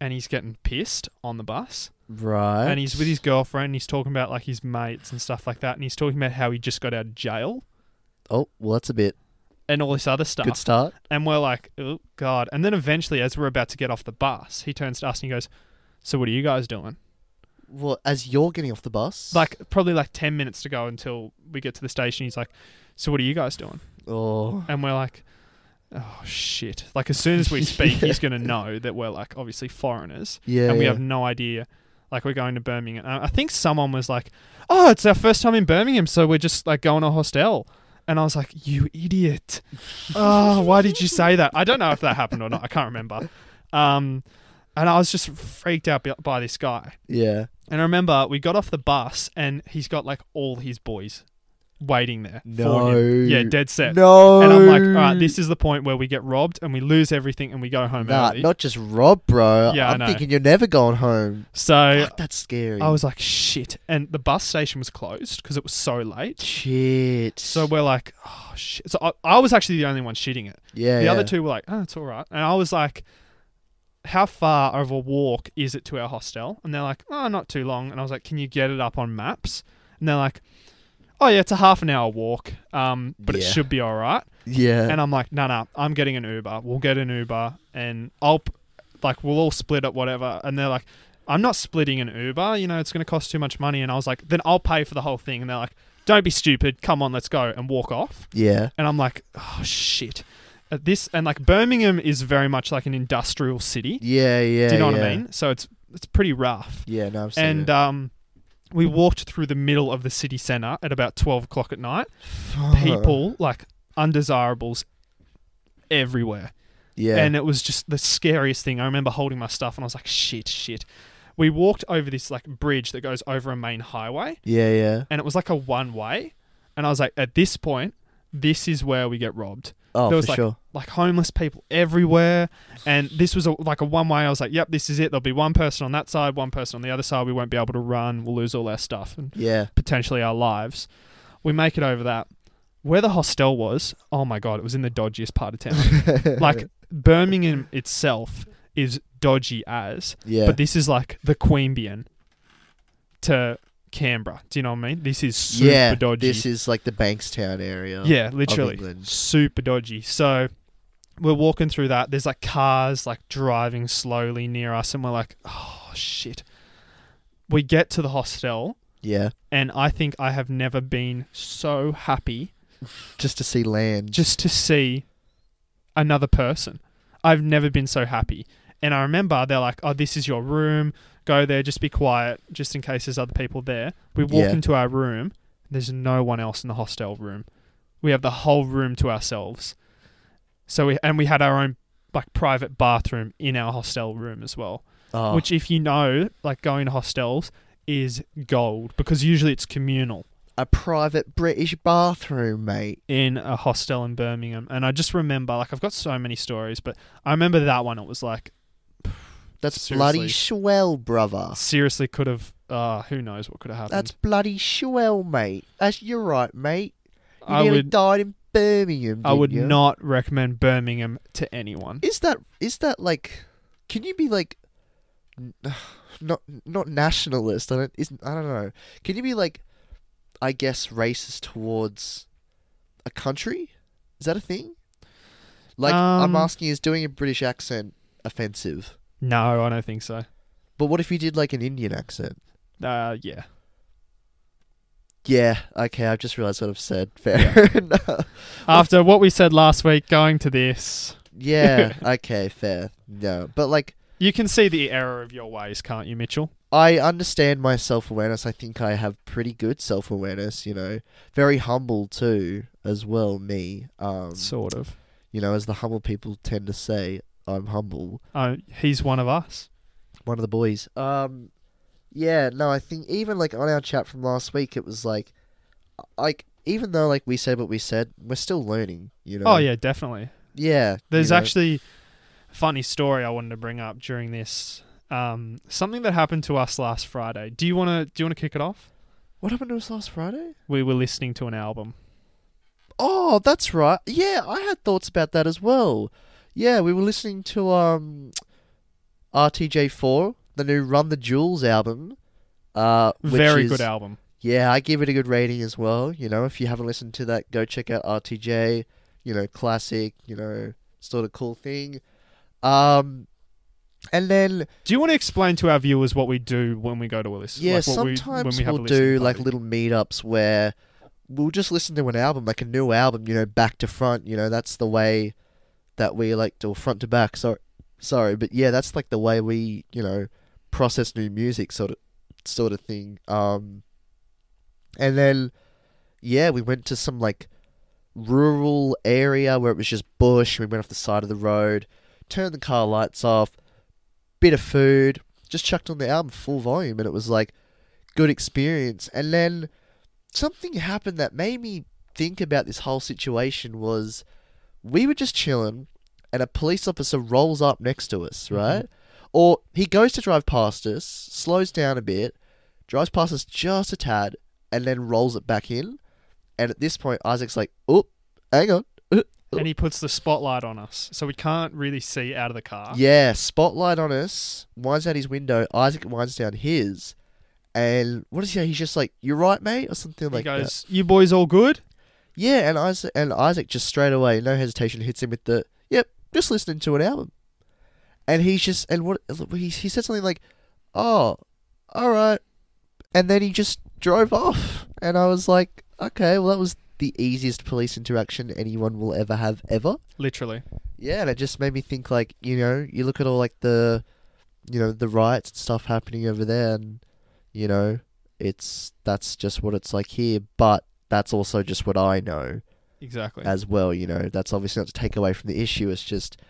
Speaker 2: and he's getting pissed on the bus,
Speaker 1: right.
Speaker 2: and he's with his girlfriend. And he's talking about like his mates and stuff like that, and he's talking about how he just got out of jail
Speaker 1: oh, well, that's a bit
Speaker 2: and all this other stuff.
Speaker 1: good start.
Speaker 2: And we're like, oh god. And then eventually, as we're about to get off the bus, he turns to us and he goes, "So what are you guys doing?"
Speaker 1: Well, as you're getting off the bus,
Speaker 2: like probably like 10 minutes to go until we get to the station he's like so what are you guys doing
Speaker 1: oh,
Speaker 2: and we're like oh shit like as soon as we speak
Speaker 1: Yeah.
Speaker 2: he's going to know that we're like obviously foreigners
Speaker 1: yeah,
Speaker 2: and we
Speaker 1: yeah.
Speaker 2: have no idea like we're going to birmingham And i think someone was like oh it's our first time in birmingham so we're just like going to a hostel and i was like you idiot oh why did you say that i don't know if that happened or not i can't remember um and i was just freaked out by- by this guy
Speaker 1: yeah.
Speaker 2: and I remember we got off the bus and he's got like all his boys waiting there for
Speaker 1: No.
Speaker 2: him. Yeah, dead set.
Speaker 1: No,
Speaker 2: And I'm like, all right, this is the point where we get robbed and we lose everything and we go home
Speaker 1: nah,
Speaker 2: early.
Speaker 1: not just Rob, bro.
Speaker 2: Yeah, I
Speaker 1: I'm
Speaker 2: know.
Speaker 1: thinking you're never going home.
Speaker 2: so
Speaker 1: Fuck, that's scary.
Speaker 2: I was like, shit. And the bus station was closed because it was so late.
Speaker 1: shit.
Speaker 2: So we're like, oh, shit. So I, I was actually the only one shitting it.
Speaker 1: yeah,
Speaker 2: The
Speaker 1: yeah.
Speaker 2: other two were like, oh, it's all right. And I was like, how far of a walk is it to our hostel? And they're like, oh, not too long. And I was like, can you get it up on maps? And they're like, oh, yeah, it's a half an hour walk, um, but it
Speaker 1: Yeah.
Speaker 2: should be all right.
Speaker 1: yeah,
Speaker 2: And I'm like, no, no, I'm getting an Uber. We'll get an Uber and I'll, p- like, we'll all split it, whatever. And they're like, I'm not splitting an Uber. You know, it's going to cost too much money. And I was like, then I'll pay for the whole thing. And they're like, don't be stupid. Come on, let's go and walk off
Speaker 1: yeah,
Speaker 2: and I'm like, oh shit, At this and like Birmingham is very much like an industrial city.
Speaker 1: yeah, yeah.
Speaker 2: Do you know what
Speaker 1: yeah.
Speaker 2: I mean? So it's it's pretty rough.
Speaker 1: Yeah, no, I've seen
Speaker 2: And um, we walked through the middle of the city centre at about twelve o'clock at night.
Speaker 1: it.
Speaker 2: People like undesirables everywhere
Speaker 1: yeah,
Speaker 2: and it was just the scariest thing. I remember holding my stuff and I was like, shit, shit. We walked over this like bridge that goes over a main highway
Speaker 1: yeah, yeah.
Speaker 2: and it was like a one way. And I was like, at this point, this is where we get robbed
Speaker 1: Oh,
Speaker 2: there was
Speaker 1: for
Speaker 2: like
Speaker 1: sure.
Speaker 2: like homeless people everywhere and this was a, like a one way i was like yep this is it there'll be one person on that side one person on the other side we won't be able to run we'll lose all our stuff and
Speaker 1: Yeah,
Speaker 2: potentially our lives we make it over that where the hostel was oh my god it was in the dodgiest part of town like birmingham itself is dodgy as
Speaker 1: yeah,
Speaker 2: but this is like the queanbeyan to canberra do you know what i mean this is super
Speaker 1: yeah.
Speaker 2: dodgy
Speaker 1: This is uh, like the Bankstown area.
Speaker 2: yeah literally
Speaker 1: England.
Speaker 2: super dodgy so we're walking through that there's like cars like driving slowly near us and we're like oh shit we get to the hostel
Speaker 1: yeah.
Speaker 2: and i think i have never been so happy
Speaker 1: Just to see land.
Speaker 2: just to see another person i've never been so happy and i remember they're like oh this is your room go there just be quiet just in case there's other people there we walk
Speaker 1: Yeah.
Speaker 2: into our room there's no one else in the hostel room we have the whole room to ourselves. So we and we had our own like private bathroom in our hostel room as well.
Speaker 1: oh,
Speaker 2: Which if you know, like going to hostels is gold because usually it's communal
Speaker 1: a private British bathroom, mate.
Speaker 2: in a hostel in Birmingham. And I just remember like I've got so many stories, but I remember that one it was like
Speaker 1: That's
Speaker 2: Seriously.
Speaker 1: bloody swell, brother.
Speaker 2: seriously could have uh who knows what could have happened.
Speaker 1: That's bloody swell, mate. That's you're right, mate. You
Speaker 2: I
Speaker 1: nearly
Speaker 2: would
Speaker 1: died in Birmingham.
Speaker 2: I
Speaker 1: didn't
Speaker 2: would
Speaker 1: you?
Speaker 2: not recommend Birmingham to anyone.
Speaker 1: Is that is that like? Can you be like, n- not not nationalist? I don't. Isn't I don't know. Can you be like, I guess racist towards a country? Is that a thing? Like
Speaker 2: Um,
Speaker 1: I'm asking, is doing a British accent offensive?
Speaker 2: No, I don't think so.
Speaker 1: But what if you did like an Indian accent?
Speaker 2: Uh yeah.
Speaker 1: Yeah. Okay. I've just realised what I've said. Fair enough.
Speaker 2: After what we said last week going to this
Speaker 1: Yeah. okay. Fair. No. But like,
Speaker 2: You can see the error of your ways, can't you, Mitchell?
Speaker 1: I understand my self awareness. I think I have pretty good self awareness. You know, very humble too, as well. Me. Um.
Speaker 2: Sort of.
Speaker 1: you know, as the humble people tend to say, I'm humble.
Speaker 2: Oh, he's one of us.
Speaker 1: One of the boys. Um. Yeah. No. I think even uh, like on our chat from last week, it was like, like even though like we said what we said, we're still learning. You know.
Speaker 2: Oh yeah, definitely.
Speaker 1: Yeah.
Speaker 2: There's
Speaker 1: you know.
Speaker 2: actually a funny story I wanted to bring up during this. Um, something that happened to us last Friday. Do you want to do you want to kick it off?
Speaker 1: what happened to us last Friday.
Speaker 2: We were listening to an album.
Speaker 1: Oh, that's right. Yeah, I had thoughts about that as well. Yeah, we were listening to um, RTJ4, the new Run the Jewels album. Uh, which
Speaker 2: Very
Speaker 1: is-
Speaker 2: good album.
Speaker 1: Yeah, I give it a good rating as well. You know, if you haven't listened to that, go check out RTJ. You know, classic. You know, sort of cool thing. Um, and then
Speaker 2: Do you want to explain to our viewers what we do when we go to a listen?
Speaker 1: yeah,
Speaker 2: like what we-
Speaker 1: sometimes
Speaker 2: when we
Speaker 1: we
Speaker 2: have a
Speaker 1: will
Speaker 2: listening
Speaker 1: do like
Speaker 2: party?
Speaker 1: little meetups where we'll just listen to an album, like a new album. You know, back to front. You know, that's the way that we like do front to back. Sorry, sorry, but yeah, that's like the way we you know process new music, sort of sort of thing. Um, and then yeah, we went to some like rural area where it was just bush. We went off the side of the road, turned the car lights off, bit of food, just chucked on the album full volume, and it was like good experience. And then something happened that made me think about this whole situation was we were just chilling, and a police officer rolls up next to us, right? Or he goes to drive past us, slows down a bit, drives past us just a tad, and then rolls it back in. And at this point, Isaac's like, "Oh, hang on." Uh, uh,
Speaker 2: and he puts the spotlight on us, so we can't really see out of the car.
Speaker 1: Yeah, spotlight on us. Winds down his window. Isaac winds down his. And what does he say? He's just like, "You're right, mate," or something
Speaker 2: he
Speaker 1: like that.
Speaker 2: goes, "You boys all good?"
Speaker 1: Yeah, and Isaac and Isaac just straight away, no hesitation, hits him with the, "Yep, just listening to an album." And he's just and what he he said something like, "Oh, all right," and then he just drove off. And I was like, "Okay, well that was the easiest police interaction anyone will ever have ever."
Speaker 2: Literally.
Speaker 1: Yeah, and it just made me think like, you know, you look at all like the you know, the riots and stuff happening over there and you know, it's that's just what it's like here, but that's also just what I know
Speaker 2: Exactly.
Speaker 1: as well, you know. That's obviously not to take away from the issue, it's just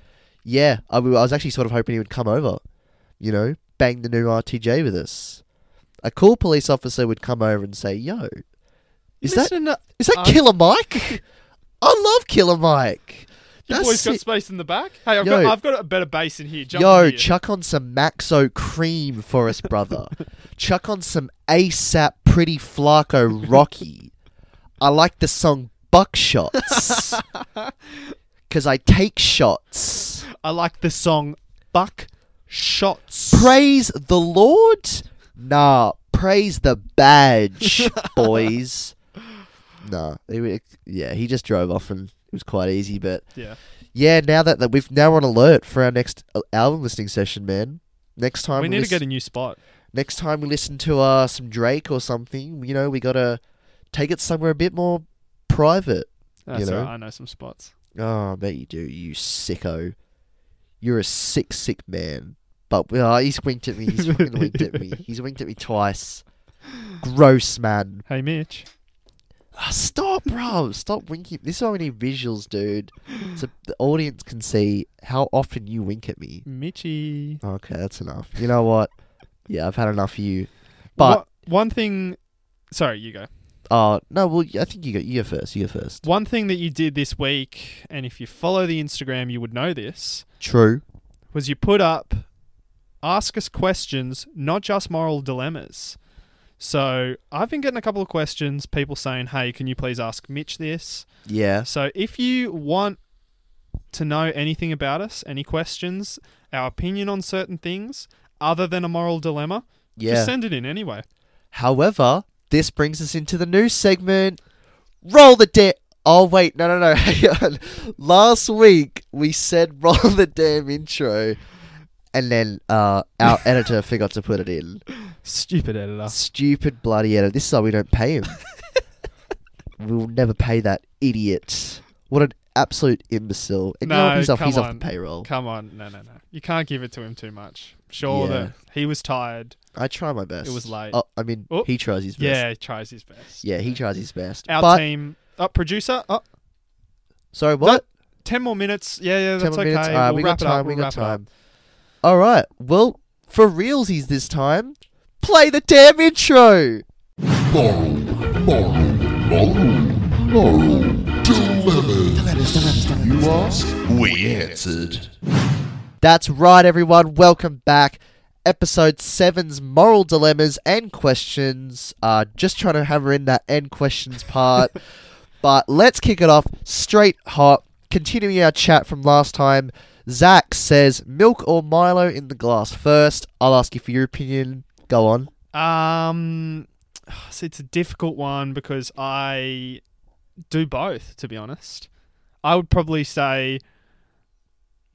Speaker 1: yeah, I, w- I was actually sort of hoping he would come over, you know, bang the new RTJ with us. A cool police officer would come over and say, "Yo, is that
Speaker 2: Listen uh, up,
Speaker 1: is that
Speaker 2: I-
Speaker 1: Killer Mike? I love Killer Mike."
Speaker 2: you
Speaker 1: That's
Speaker 2: boys got
Speaker 1: it.
Speaker 2: space in the back? Hey, I've,
Speaker 1: Yo.
Speaker 2: got, I've got a better bass in here. Jump
Speaker 1: Yo,
Speaker 2: in here.
Speaker 1: chuck on some Maxo cream for us, brother. chuck on some ASAP Pretty Flaco Rocky. I like the song Buckshots. Because I take shots.
Speaker 2: I like the song Buck Shots.
Speaker 1: Praise the Lord? Nah, praise the badge, boys. Nah, he wa- yeah, he just drove off and it was quite easy, but
Speaker 2: Yeah.
Speaker 1: yeah, now that, that we've now we're on alert for our next uh, album listening session, man. Next time
Speaker 2: we need
Speaker 1: listen-
Speaker 2: to get a new spot.
Speaker 1: next time we listen to uh, some Drake or something, you know, we gotta take it somewhere a bit more private.
Speaker 2: That's
Speaker 1: You know?
Speaker 2: all right, I know some spots.
Speaker 1: Oh, I bet you do, you sicko. You're a sick, sick man. But oh, he's winked at me. He's fucking winked at me. He's winked at me twice. Gross, man.
Speaker 2: Hey, Mitch.
Speaker 1: Ah, stop, bro. Stop winking. This is why we need visuals, dude. So the audience can see how often you wink at me.
Speaker 2: Mitchy.
Speaker 1: Okay, that's enough. You know what? Yeah, I've had enough of you. But
Speaker 2: Wha- one thing. Sorry, you go.
Speaker 1: Oh no! Well, I think you go. You go first. You go first.
Speaker 2: One thing that you did this week, and if you follow the Instagram, you would know this,
Speaker 1: True.
Speaker 2: was you put up ask us questions, not just moral dilemmas. So I've been getting a couple of questions, people saying, hey, can you please ask Mitch this?
Speaker 1: Yeah.
Speaker 2: So if you want to know anything about us, any questions, our opinion on certain things, other than a moral dilemma,
Speaker 1: Yeah.
Speaker 2: just send it in anyway.
Speaker 1: However, this brings us into the news segment. Roll the damn. Oh wait, no, no, no. Hang on. Last week we said roll the damn intro, and then uh, our editor forgot to put it in.
Speaker 2: Stupid editor.
Speaker 1: Stupid bloody editor. This is why we don't pay him. we'll never pay that idiot. What an absolute imbecile. And you know what?
Speaker 2: No,
Speaker 1: he's off.
Speaker 2: come
Speaker 1: He's off
Speaker 2: on.
Speaker 1: the payroll.
Speaker 2: Come on, no, no, no. You can't give it to him too much. Sure
Speaker 1: Yeah.
Speaker 2: that he was tired.
Speaker 1: I try my best.
Speaker 2: was late.
Speaker 1: Oh, I mean,
Speaker 2: Oh.
Speaker 1: he tries his best.
Speaker 2: Yeah, he tries his best.
Speaker 1: Yeah, he tries his best.
Speaker 2: Our
Speaker 1: but
Speaker 2: team, oh, producer, oh,
Speaker 1: sorry, what?
Speaker 2: ten more minutes. Yeah, yeah,
Speaker 1: Ten
Speaker 2: that's
Speaker 1: more
Speaker 2: okay.
Speaker 1: minutes. Alright,
Speaker 2: we'll
Speaker 1: we
Speaker 2: wrap
Speaker 1: got
Speaker 2: it up.
Speaker 1: time.
Speaker 2: We'll
Speaker 1: we got
Speaker 2: wrap it up.
Speaker 1: time. All right. Well, for realsies this time, play the damn intro.
Speaker 3: Moral, moral, moral, You ask? We answered.
Speaker 1: That's right, everyone. Welcome back. Episode 7's moral dilemmas and questions. Uh, just trying to hammer in that end questions part. but let's kick it off straight hot. Continuing our chat from last time, Zach says, milk or Milo in the glass first? I'll ask you for your opinion. Go on.
Speaker 2: Um, so it's a difficult one because I do both, to be honest. I would probably say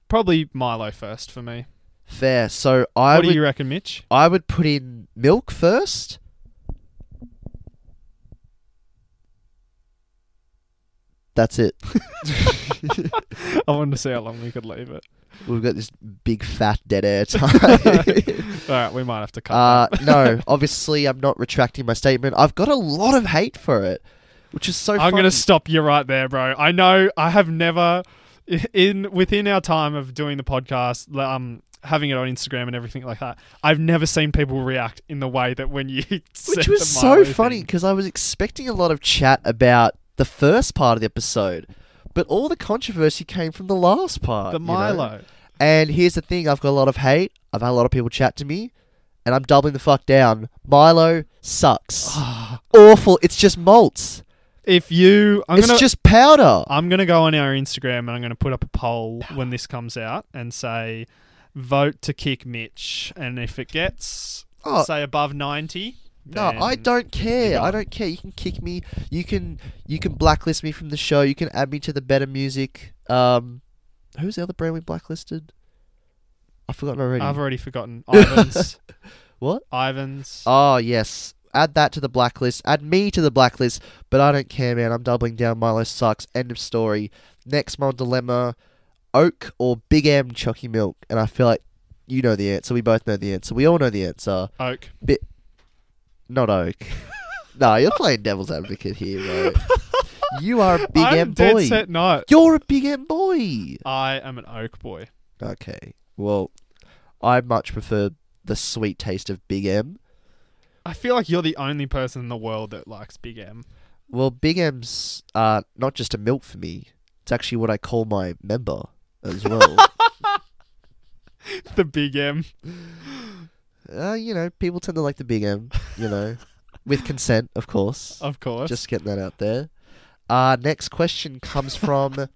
Speaker 2: probably Milo first for me.
Speaker 1: Fair. So I
Speaker 2: what
Speaker 1: would
Speaker 2: do you reckon, Mitch?
Speaker 1: I would put in milk first. That's it.
Speaker 2: I wanted to see how long we could leave it.
Speaker 1: We've got this big fat dead air time.
Speaker 2: All right, we might have to cut.
Speaker 1: uh,
Speaker 2: that.
Speaker 1: no, obviously I'm not retracting my statement. I've got a lot of hate for it, which is Uh, so.
Speaker 2: I'm
Speaker 1: funny.
Speaker 2: gonna stop you right there, bro. I know I have never in within our time of doing the podcast, um, having it on Instagram and everything like that. I've never seen people react in the way that when you said
Speaker 1: Which
Speaker 2: the
Speaker 1: was
Speaker 2: Milo
Speaker 1: so funny
Speaker 2: thing.
Speaker 1: because I was expecting a lot of chat about the first part of the episode, but all the controversy came from the last part.
Speaker 2: The
Speaker 1: you know?
Speaker 2: Milo.
Speaker 1: And here's the thing: I've got a lot of hate. I've had a lot of people chat to me, and I'm doubling the fuck down. Milo sucks. Awful. It's just malts.
Speaker 2: If you, I'm
Speaker 1: it's
Speaker 2: gonna, Ah,
Speaker 1: just powder.
Speaker 2: I'm gonna go on our Instagram and I'm gonna put up a poll when this comes out and say, vote to kick Mitch, and if it gets
Speaker 1: Oh.
Speaker 2: say above ninety,
Speaker 1: no, I
Speaker 2: then-
Speaker 1: don't care.
Speaker 2: got
Speaker 1: I
Speaker 2: it.
Speaker 1: don't care. You can kick me. You can you can blacklist me from the show. You can add me to the better music. Um, who's the other brand we blacklisted? I've forgotten already.
Speaker 2: I've already forgotten Ivan's.
Speaker 1: What?
Speaker 2: Ivan's.
Speaker 1: Oh yes. Add that to the blacklist. Add me to the blacklist. But I don't care, man. I'm doubling down. Milo sucks. End of story. Next moral dilemma: Oak or Big M Chucky Milk. And I feel like you know the answer. We both know the answer. We all know the answer.
Speaker 2: Oak.
Speaker 1: Not Oak. no, you're playing devil's advocate here, bro. You are a Big
Speaker 2: I'm
Speaker 1: M
Speaker 2: dead
Speaker 1: boy.
Speaker 2: set no.
Speaker 1: You're a Big M boy.
Speaker 2: I am an oak boy.
Speaker 1: Okay. Well, I much prefer the sweet taste of Big M.
Speaker 2: I feel like you're the only person in the world that likes Big M.
Speaker 1: Well, Big M's uh, not just a milk for me. It's actually what I call my member as well.
Speaker 2: The Big M.
Speaker 1: uh, you know, people tend to like the Big M, you know, with consent, of course.
Speaker 2: Of course.
Speaker 1: Just getting that out there. Uh, next question comes from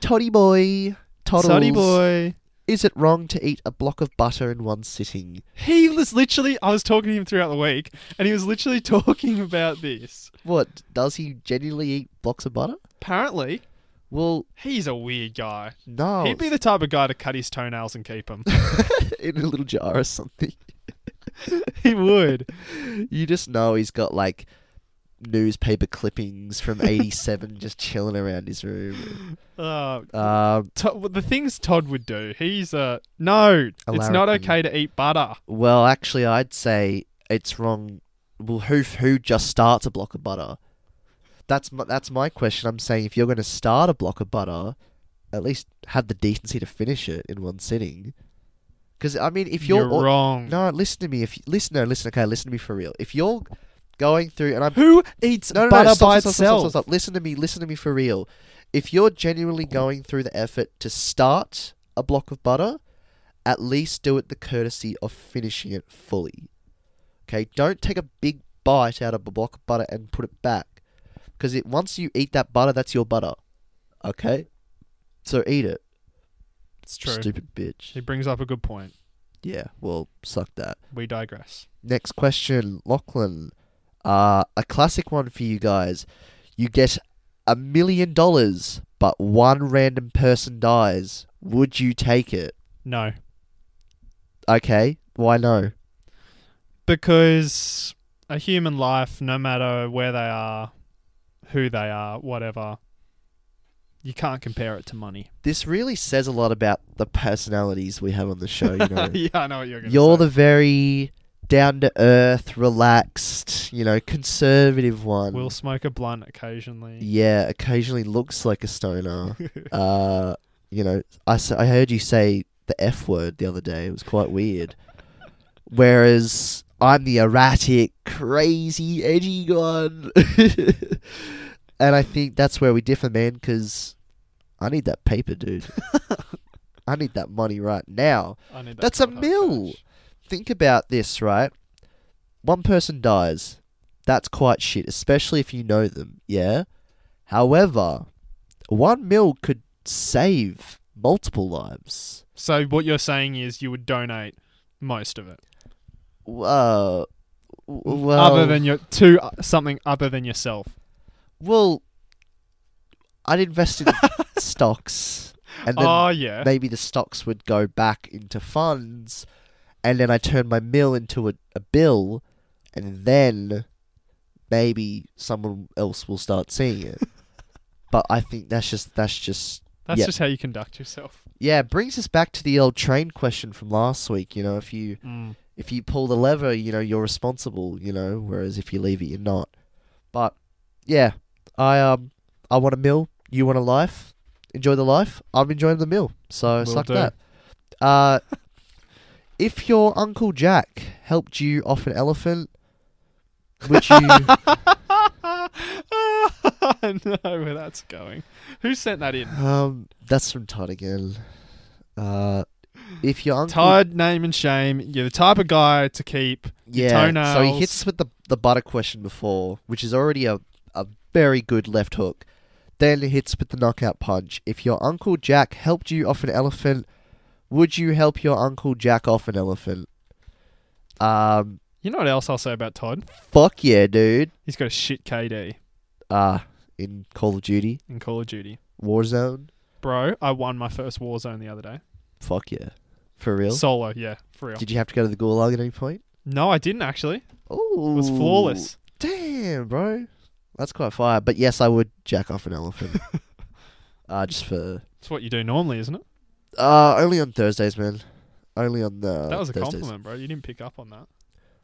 Speaker 1: Toddy Boy. Toddles.
Speaker 2: Sonny boy.
Speaker 1: Is it wrong to eat a block of butter in one sitting?
Speaker 2: He was literally, I was talking to him throughout the week, and he was literally talking about this.
Speaker 1: What? Does he genuinely eat blocks of butter?
Speaker 2: Apparently,
Speaker 1: Well,
Speaker 2: he's a weird guy.
Speaker 1: no.
Speaker 2: He'd be the type of guy to cut his toenails and keep them.
Speaker 1: in a little jar or something.
Speaker 2: he would.
Speaker 1: You just know he's got like newspaper clippings from 87 just chilling around his room.
Speaker 2: Uh,
Speaker 1: Um,
Speaker 2: To- the things Todd would do. He's a no.
Speaker 1: A
Speaker 2: it's not
Speaker 1: larrikin.
Speaker 2: okay to eat butter.
Speaker 1: well, actually, I'd say it's wrong. Well, who who just starts a block of butter? That's my, that's my question. I'm saying if you're going to start a block of butter, at least have the decency to finish it in one sitting. Because I mean, if you're,
Speaker 2: You're wrong.
Speaker 1: no, listen to me. If listen, no, listen. Okay, listen to me for real. If you're going through, and I'm
Speaker 2: Who eats
Speaker 1: No, no,
Speaker 2: butter
Speaker 1: no, stop,
Speaker 2: by
Speaker 1: stop, stop, stop,
Speaker 2: itself?
Speaker 1: Stop, stop, Listen to me. Listen to me for real. If you're genuinely going through the effort to start a block of butter, at least do it the courtesy of finishing it fully. Okay, don't take a big bite out of a block of butter and put it back, because it once you eat that butter, that's your butter. Okay, so eat it,
Speaker 2: It's true.
Speaker 1: stupid
Speaker 2: He
Speaker 1: bitch.
Speaker 2: brings up a good point.
Speaker 1: Yeah, well, suck that.
Speaker 2: We digress.
Speaker 1: Next question, Lachlan. Uh, a classic one for you guys. You get a million dollars, but one random person dies. Would you take it?
Speaker 2: No,
Speaker 1: Okay, why no?
Speaker 2: because a human life, no matter where they are, who they are, whatever, you can't compare it to money.
Speaker 1: This really says a lot about the personalities we have on the show. You know,
Speaker 2: yeah, I know what you're going to
Speaker 1: you're the very down to earth, relaxed, you know, conservative one.
Speaker 2: We'll smoke a blunt occasionally.
Speaker 1: yeah, occasionally looks like a stoner. uh, you know, I, s- I heard you say the F word the other day. It was quite weird. Whereas I'm the erratic, crazy, edgy one. and I think that's where we differ, man. Because I need that paper, dude. I need that money right now.
Speaker 2: I need that
Speaker 1: That's a
Speaker 2: hard
Speaker 1: mill.
Speaker 2: cash.
Speaker 1: Think about this, right? One person dies. That's quite shit, especially if you know them. Yeah. However, one mil could save multiple lives.
Speaker 2: So what you're saying is you would donate most of it,
Speaker 1: Well, uh, well,
Speaker 2: other than your to uh, something other than yourself.
Speaker 1: well, I'd invest in stocks, and then
Speaker 2: Oh yeah.
Speaker 1: maybe the stocks would go back into funds, and then I turn my mill into a, a bill, and then maybe someone else will start seeing it. but I think that's just that's just
Speaker 2: That's
Speaker 1: yeah.
Speaker 2: just how you conduct yourself.
Speaker 1: yeah. It brings us back to the old train question from last week. You know, if you if you pull the lever, you know, you're responsible, you know, whereas if you leave it, you're not. But yeah, I um I want a meal, you want a life. Enjoy the life. I'm enjoying the meal. So
Speaker 2: Will
Speaker 1: suck
Speaker 2: do.
Speaker 1: that. Uh if your Uncle Jack helped you off an elephant, would you
Speaker 2: I know where that's going. Who sent that in?
Speaker 1: um that's from Todd again. Uh if your uncle
Speaker 2: Tired name and shame. You're the type of guy to keep.
Speaker 1: Yeah. So he
Speaker 2: toenails.
Speaker 1: hits us with the the butter question before, which is already a, a very good left hook. Then he hits with the knockout punch. If your Uncle Jack helped you off an elephant, would you help your Uncle Jack off an elephant? Um,
Speaker 2: You know what else I'll say about Todd?
Speaker 1: fuck yeah, dude.
Speaker 2: He's got a shit KD
Speaker 1: Uh, in Call of Duty,
Speaker 2: in Call of Duty.
Speaker 1: Warzone.
Speaker 2: Bro, I won my first Warzone the other day.
Speaker 1: Fuck yeah. For real?
Speaker 2: Solo, yeah, for real.
Speaker 1: Did you have to go to the gulag at any point?
Speaker 2: No, I didn't actually.
Speaker 1: Oh.
Speaker 2: It was flawless.
Speaker 1: Damn, bro. That's quite fire. But yes, I would jack off an elephant. uh, just for
Speaker 2: It's what you do normally, isn't it?
Speaker 1: Uh, only on Thursdays, man. Only on the.
Speaker 2: That was a
Speaker 1: Thursdays.
Speaker 2: compliment, bro. You didn't pick up on that.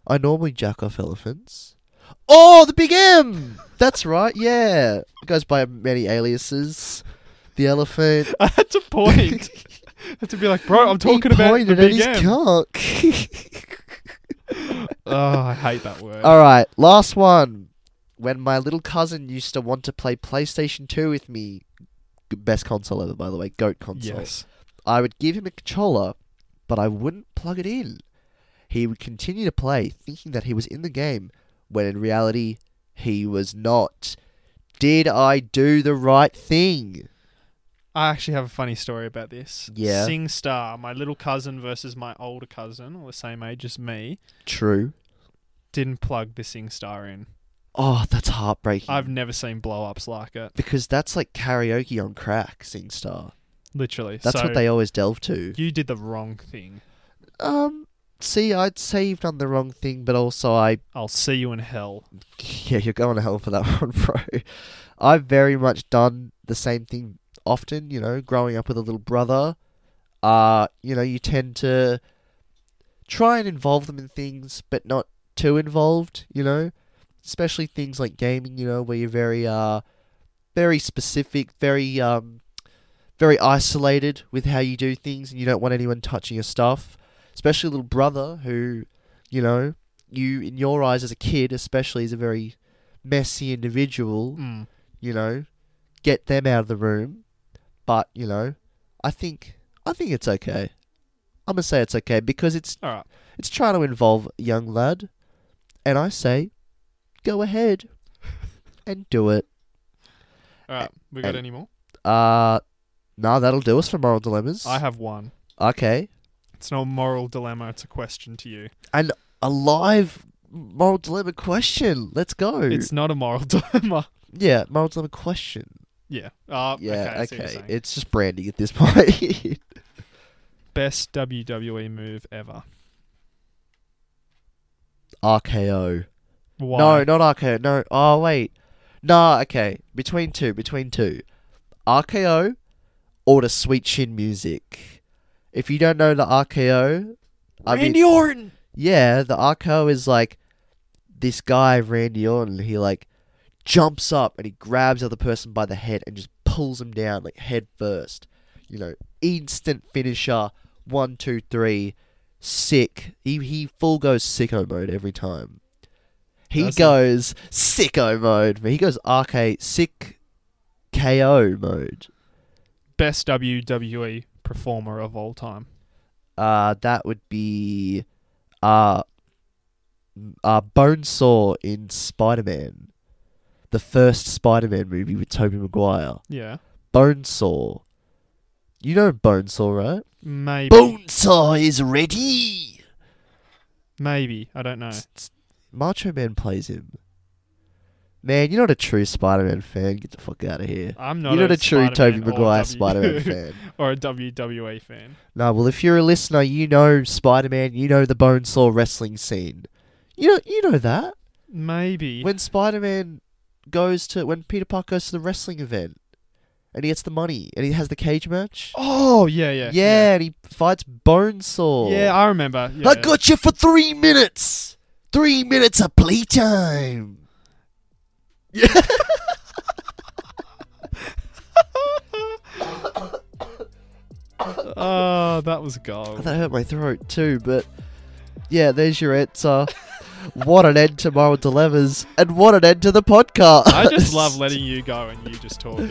Speaker 1: I normally jack off elephants. Oh, the big M. That's right. Yeah, it goes by many aliases. The elephant.
Speaker 2: I had to point. I had to be like, bro, I'm talking
Speaker 1: he
Speaker 2: about the
Speaker 1: pointed
Speaker 2: big
Speaker 1: at
Speaker 2: M.
Speaker 1: his cock.
Speaker 2: oh, I hate that word.
Speaker 1: All right, last one. When my little cousin used to want to play PlayStation Two with me, g- best console ever, by the way, goat console.
Speaker 2: yes.
Speaker 1: I would give him a controller, but I wouldn't plug it in. He would continue to play, thinking that he was in the game, when in reality, he was not. Did I do the right thing?
Speaker 2: I actually have a funny story about this.
Speaker 1: Yeah.
Speaker 2: Sing Star, my little cousin versus my older cousin, all the same age as me,
Speaker 1: True.
Speaker 2: didn't plug the Sing Star in.
Speaker 1: Oh, that's heartbreaking.
Speaker 2: I've never seen blow ups like it.
Speaker 1: because that's like karaoke on crack, SingStar.
Speaker 2: Literally.
Speaker 1: That's
Speaker 2: so
Speaker 1: what they always delve to.
Speaker 2: You did the wrong thing.
Speaker 1: Um, see, I'd say you've done the wrong thing, but also I
Speaker 2: I'll see you in hell.
Speaker 1: Yeah, you're going to hell for that one, bro. I've very much done the same thing often, you know, growing up with a little brother. Uh, you know, you tend to try and involve them in things, but not too involved, you know? Especially things like gaming, you know, where you're very uh very specific, very um very isolated with how you do things and you don't want anyone touching your stuff. Especially a little brother who, you know, you in your eyes as a kid especially is a very messy individual
Speaker 2: Mm.
Speaker 1: you know get them out of the room but you know i think i think it's okay i'm gonna say it's okay because it's
Speaker 2: All right.
Speaker 1: it's trying to involve a young lad and i say go ahead and do it
Speaker 2: All right. We got
Speaker 1: and-
Speaker 2: any more?
Speaker 1: uh nah that'll do us for moral dilemmas
Speaker 2: I have one.
Speaker 1: okay
Speaker 2: It's not a moral dilemma. It's a question to you.
Speaker 1: a live moral dilemma question let's go
Speaker 2: It's not a moral dilemma.
Speaker 1: yeah moral dilemma question
Speaker 2: Yeah. Uh,
Speaker 1: Yeah,
Speaker 2: okay. I see
Speaker 1: okay.
Speaker 2: what you're saying.
Speaker 1: It's just branding at this point.
Speaker 2: Best WWE move ever.
Speaker 1: RKO.
Speaker 2: Why?
Speaker 1: No, not RKO. No. Oh, wait. Nah, okay. Between two, between two. RKO or the sweet chin music. If you don't know the RKO, I mean,
Speaker 2: Orton.
Speaker 1: yeah, the RKO is like this guy, Randy Orton, he like jumps up and he grabs the other person by the head and just pulls him down, like head first. You know, instant finisher. One, two, three. Sick. He, he full goes sicko mode every time. He
Speaker 2: That's it.
Speaker 1: goes sicko mode. He goes RK sick KO mode.
Speaker 2: Best WWE performer of all time.
Speaker 1: Uh, that would be uh, uh, Bonesaw in Spider Man, the first Spider Man movie with Tobey Maguire.
Speaker 2: Yeah.
Speaker 1: Bonesaw. You know Bonesaw, right?
Speaker 2: Maybe.
Speaker 1: Bonesaw is ready!
Speaker 2: Maybe. I don't know.
Speaker 1: Macho Man plays him. Man, you're not a true Spider Man fan. Get the fuck out of here.
Speaker 2: I'm not
Speaker 1: You're not
Speaker 2: a,
Speaker 1: a true
Speaker 2: Spider-Man
Speaker 1: Tobey
Speaker 2: or
Speaker 1: Maguire
Speaker 2: W-
Speaker 1: Spider Man fan.
Speaker 2: or a WWE fan.
Speaker 1: No, well, if you're a listener, you know Spider Man, you know the Bonesaw wrestling scene. You know, you know that.
Speaker 2: Maybe.
Speaker 1: When Spider Man goes to, when Peter Parker goes to the wrestling event and he gets the money and he has the cage match.
Speaker 2: oh, yeah, yeah.
Speaker 1: yeah, and he fights Bonesaw.
Speaker 2: Yeah, I remember. Yeah,
Speaker 1: I
Speaker 2: yeah.
Speaker 1: got you for three minutes. Three minutes of playtime. Yeah.
Speaker 2: Oh, that was
Speaker 1: Oh,
Speaker 2: gold.
Speaker 1: That hurt my throat too, but yeah, there's your answer. what an end to Moral Dilemmas, and what an end to the podcast.
Speaker 2: I just love letting you go and you just talking,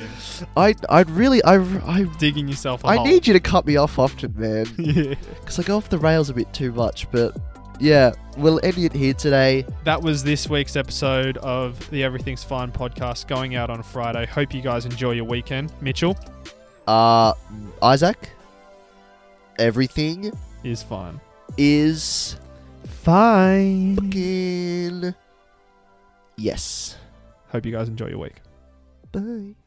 Speaker 1: I, I really, I, I,
Speaker 2: digging yourself a
Speaker 1: I
Speaker 2: hole.
Speaker 1: need you to cut me off often, man,
Speaker 2: yeah.
Speaker 1: because I go off the rails a bit too much. But yeah, we'll end it here today.
Speaker 2: That was this week's episode of the Everything's Fine podcast going out on Friday. Hope you guys enjoy your weekend. Mitchell
Speaker 1: Uh, Isaac, everything
Speaker 2: is fine.
Speaker 1: is
Speaker 2: Fine.
Speaker 1: fucking yes.
Speaker 2: Hope you guys enjoy your week.
Speaker 1: Bye.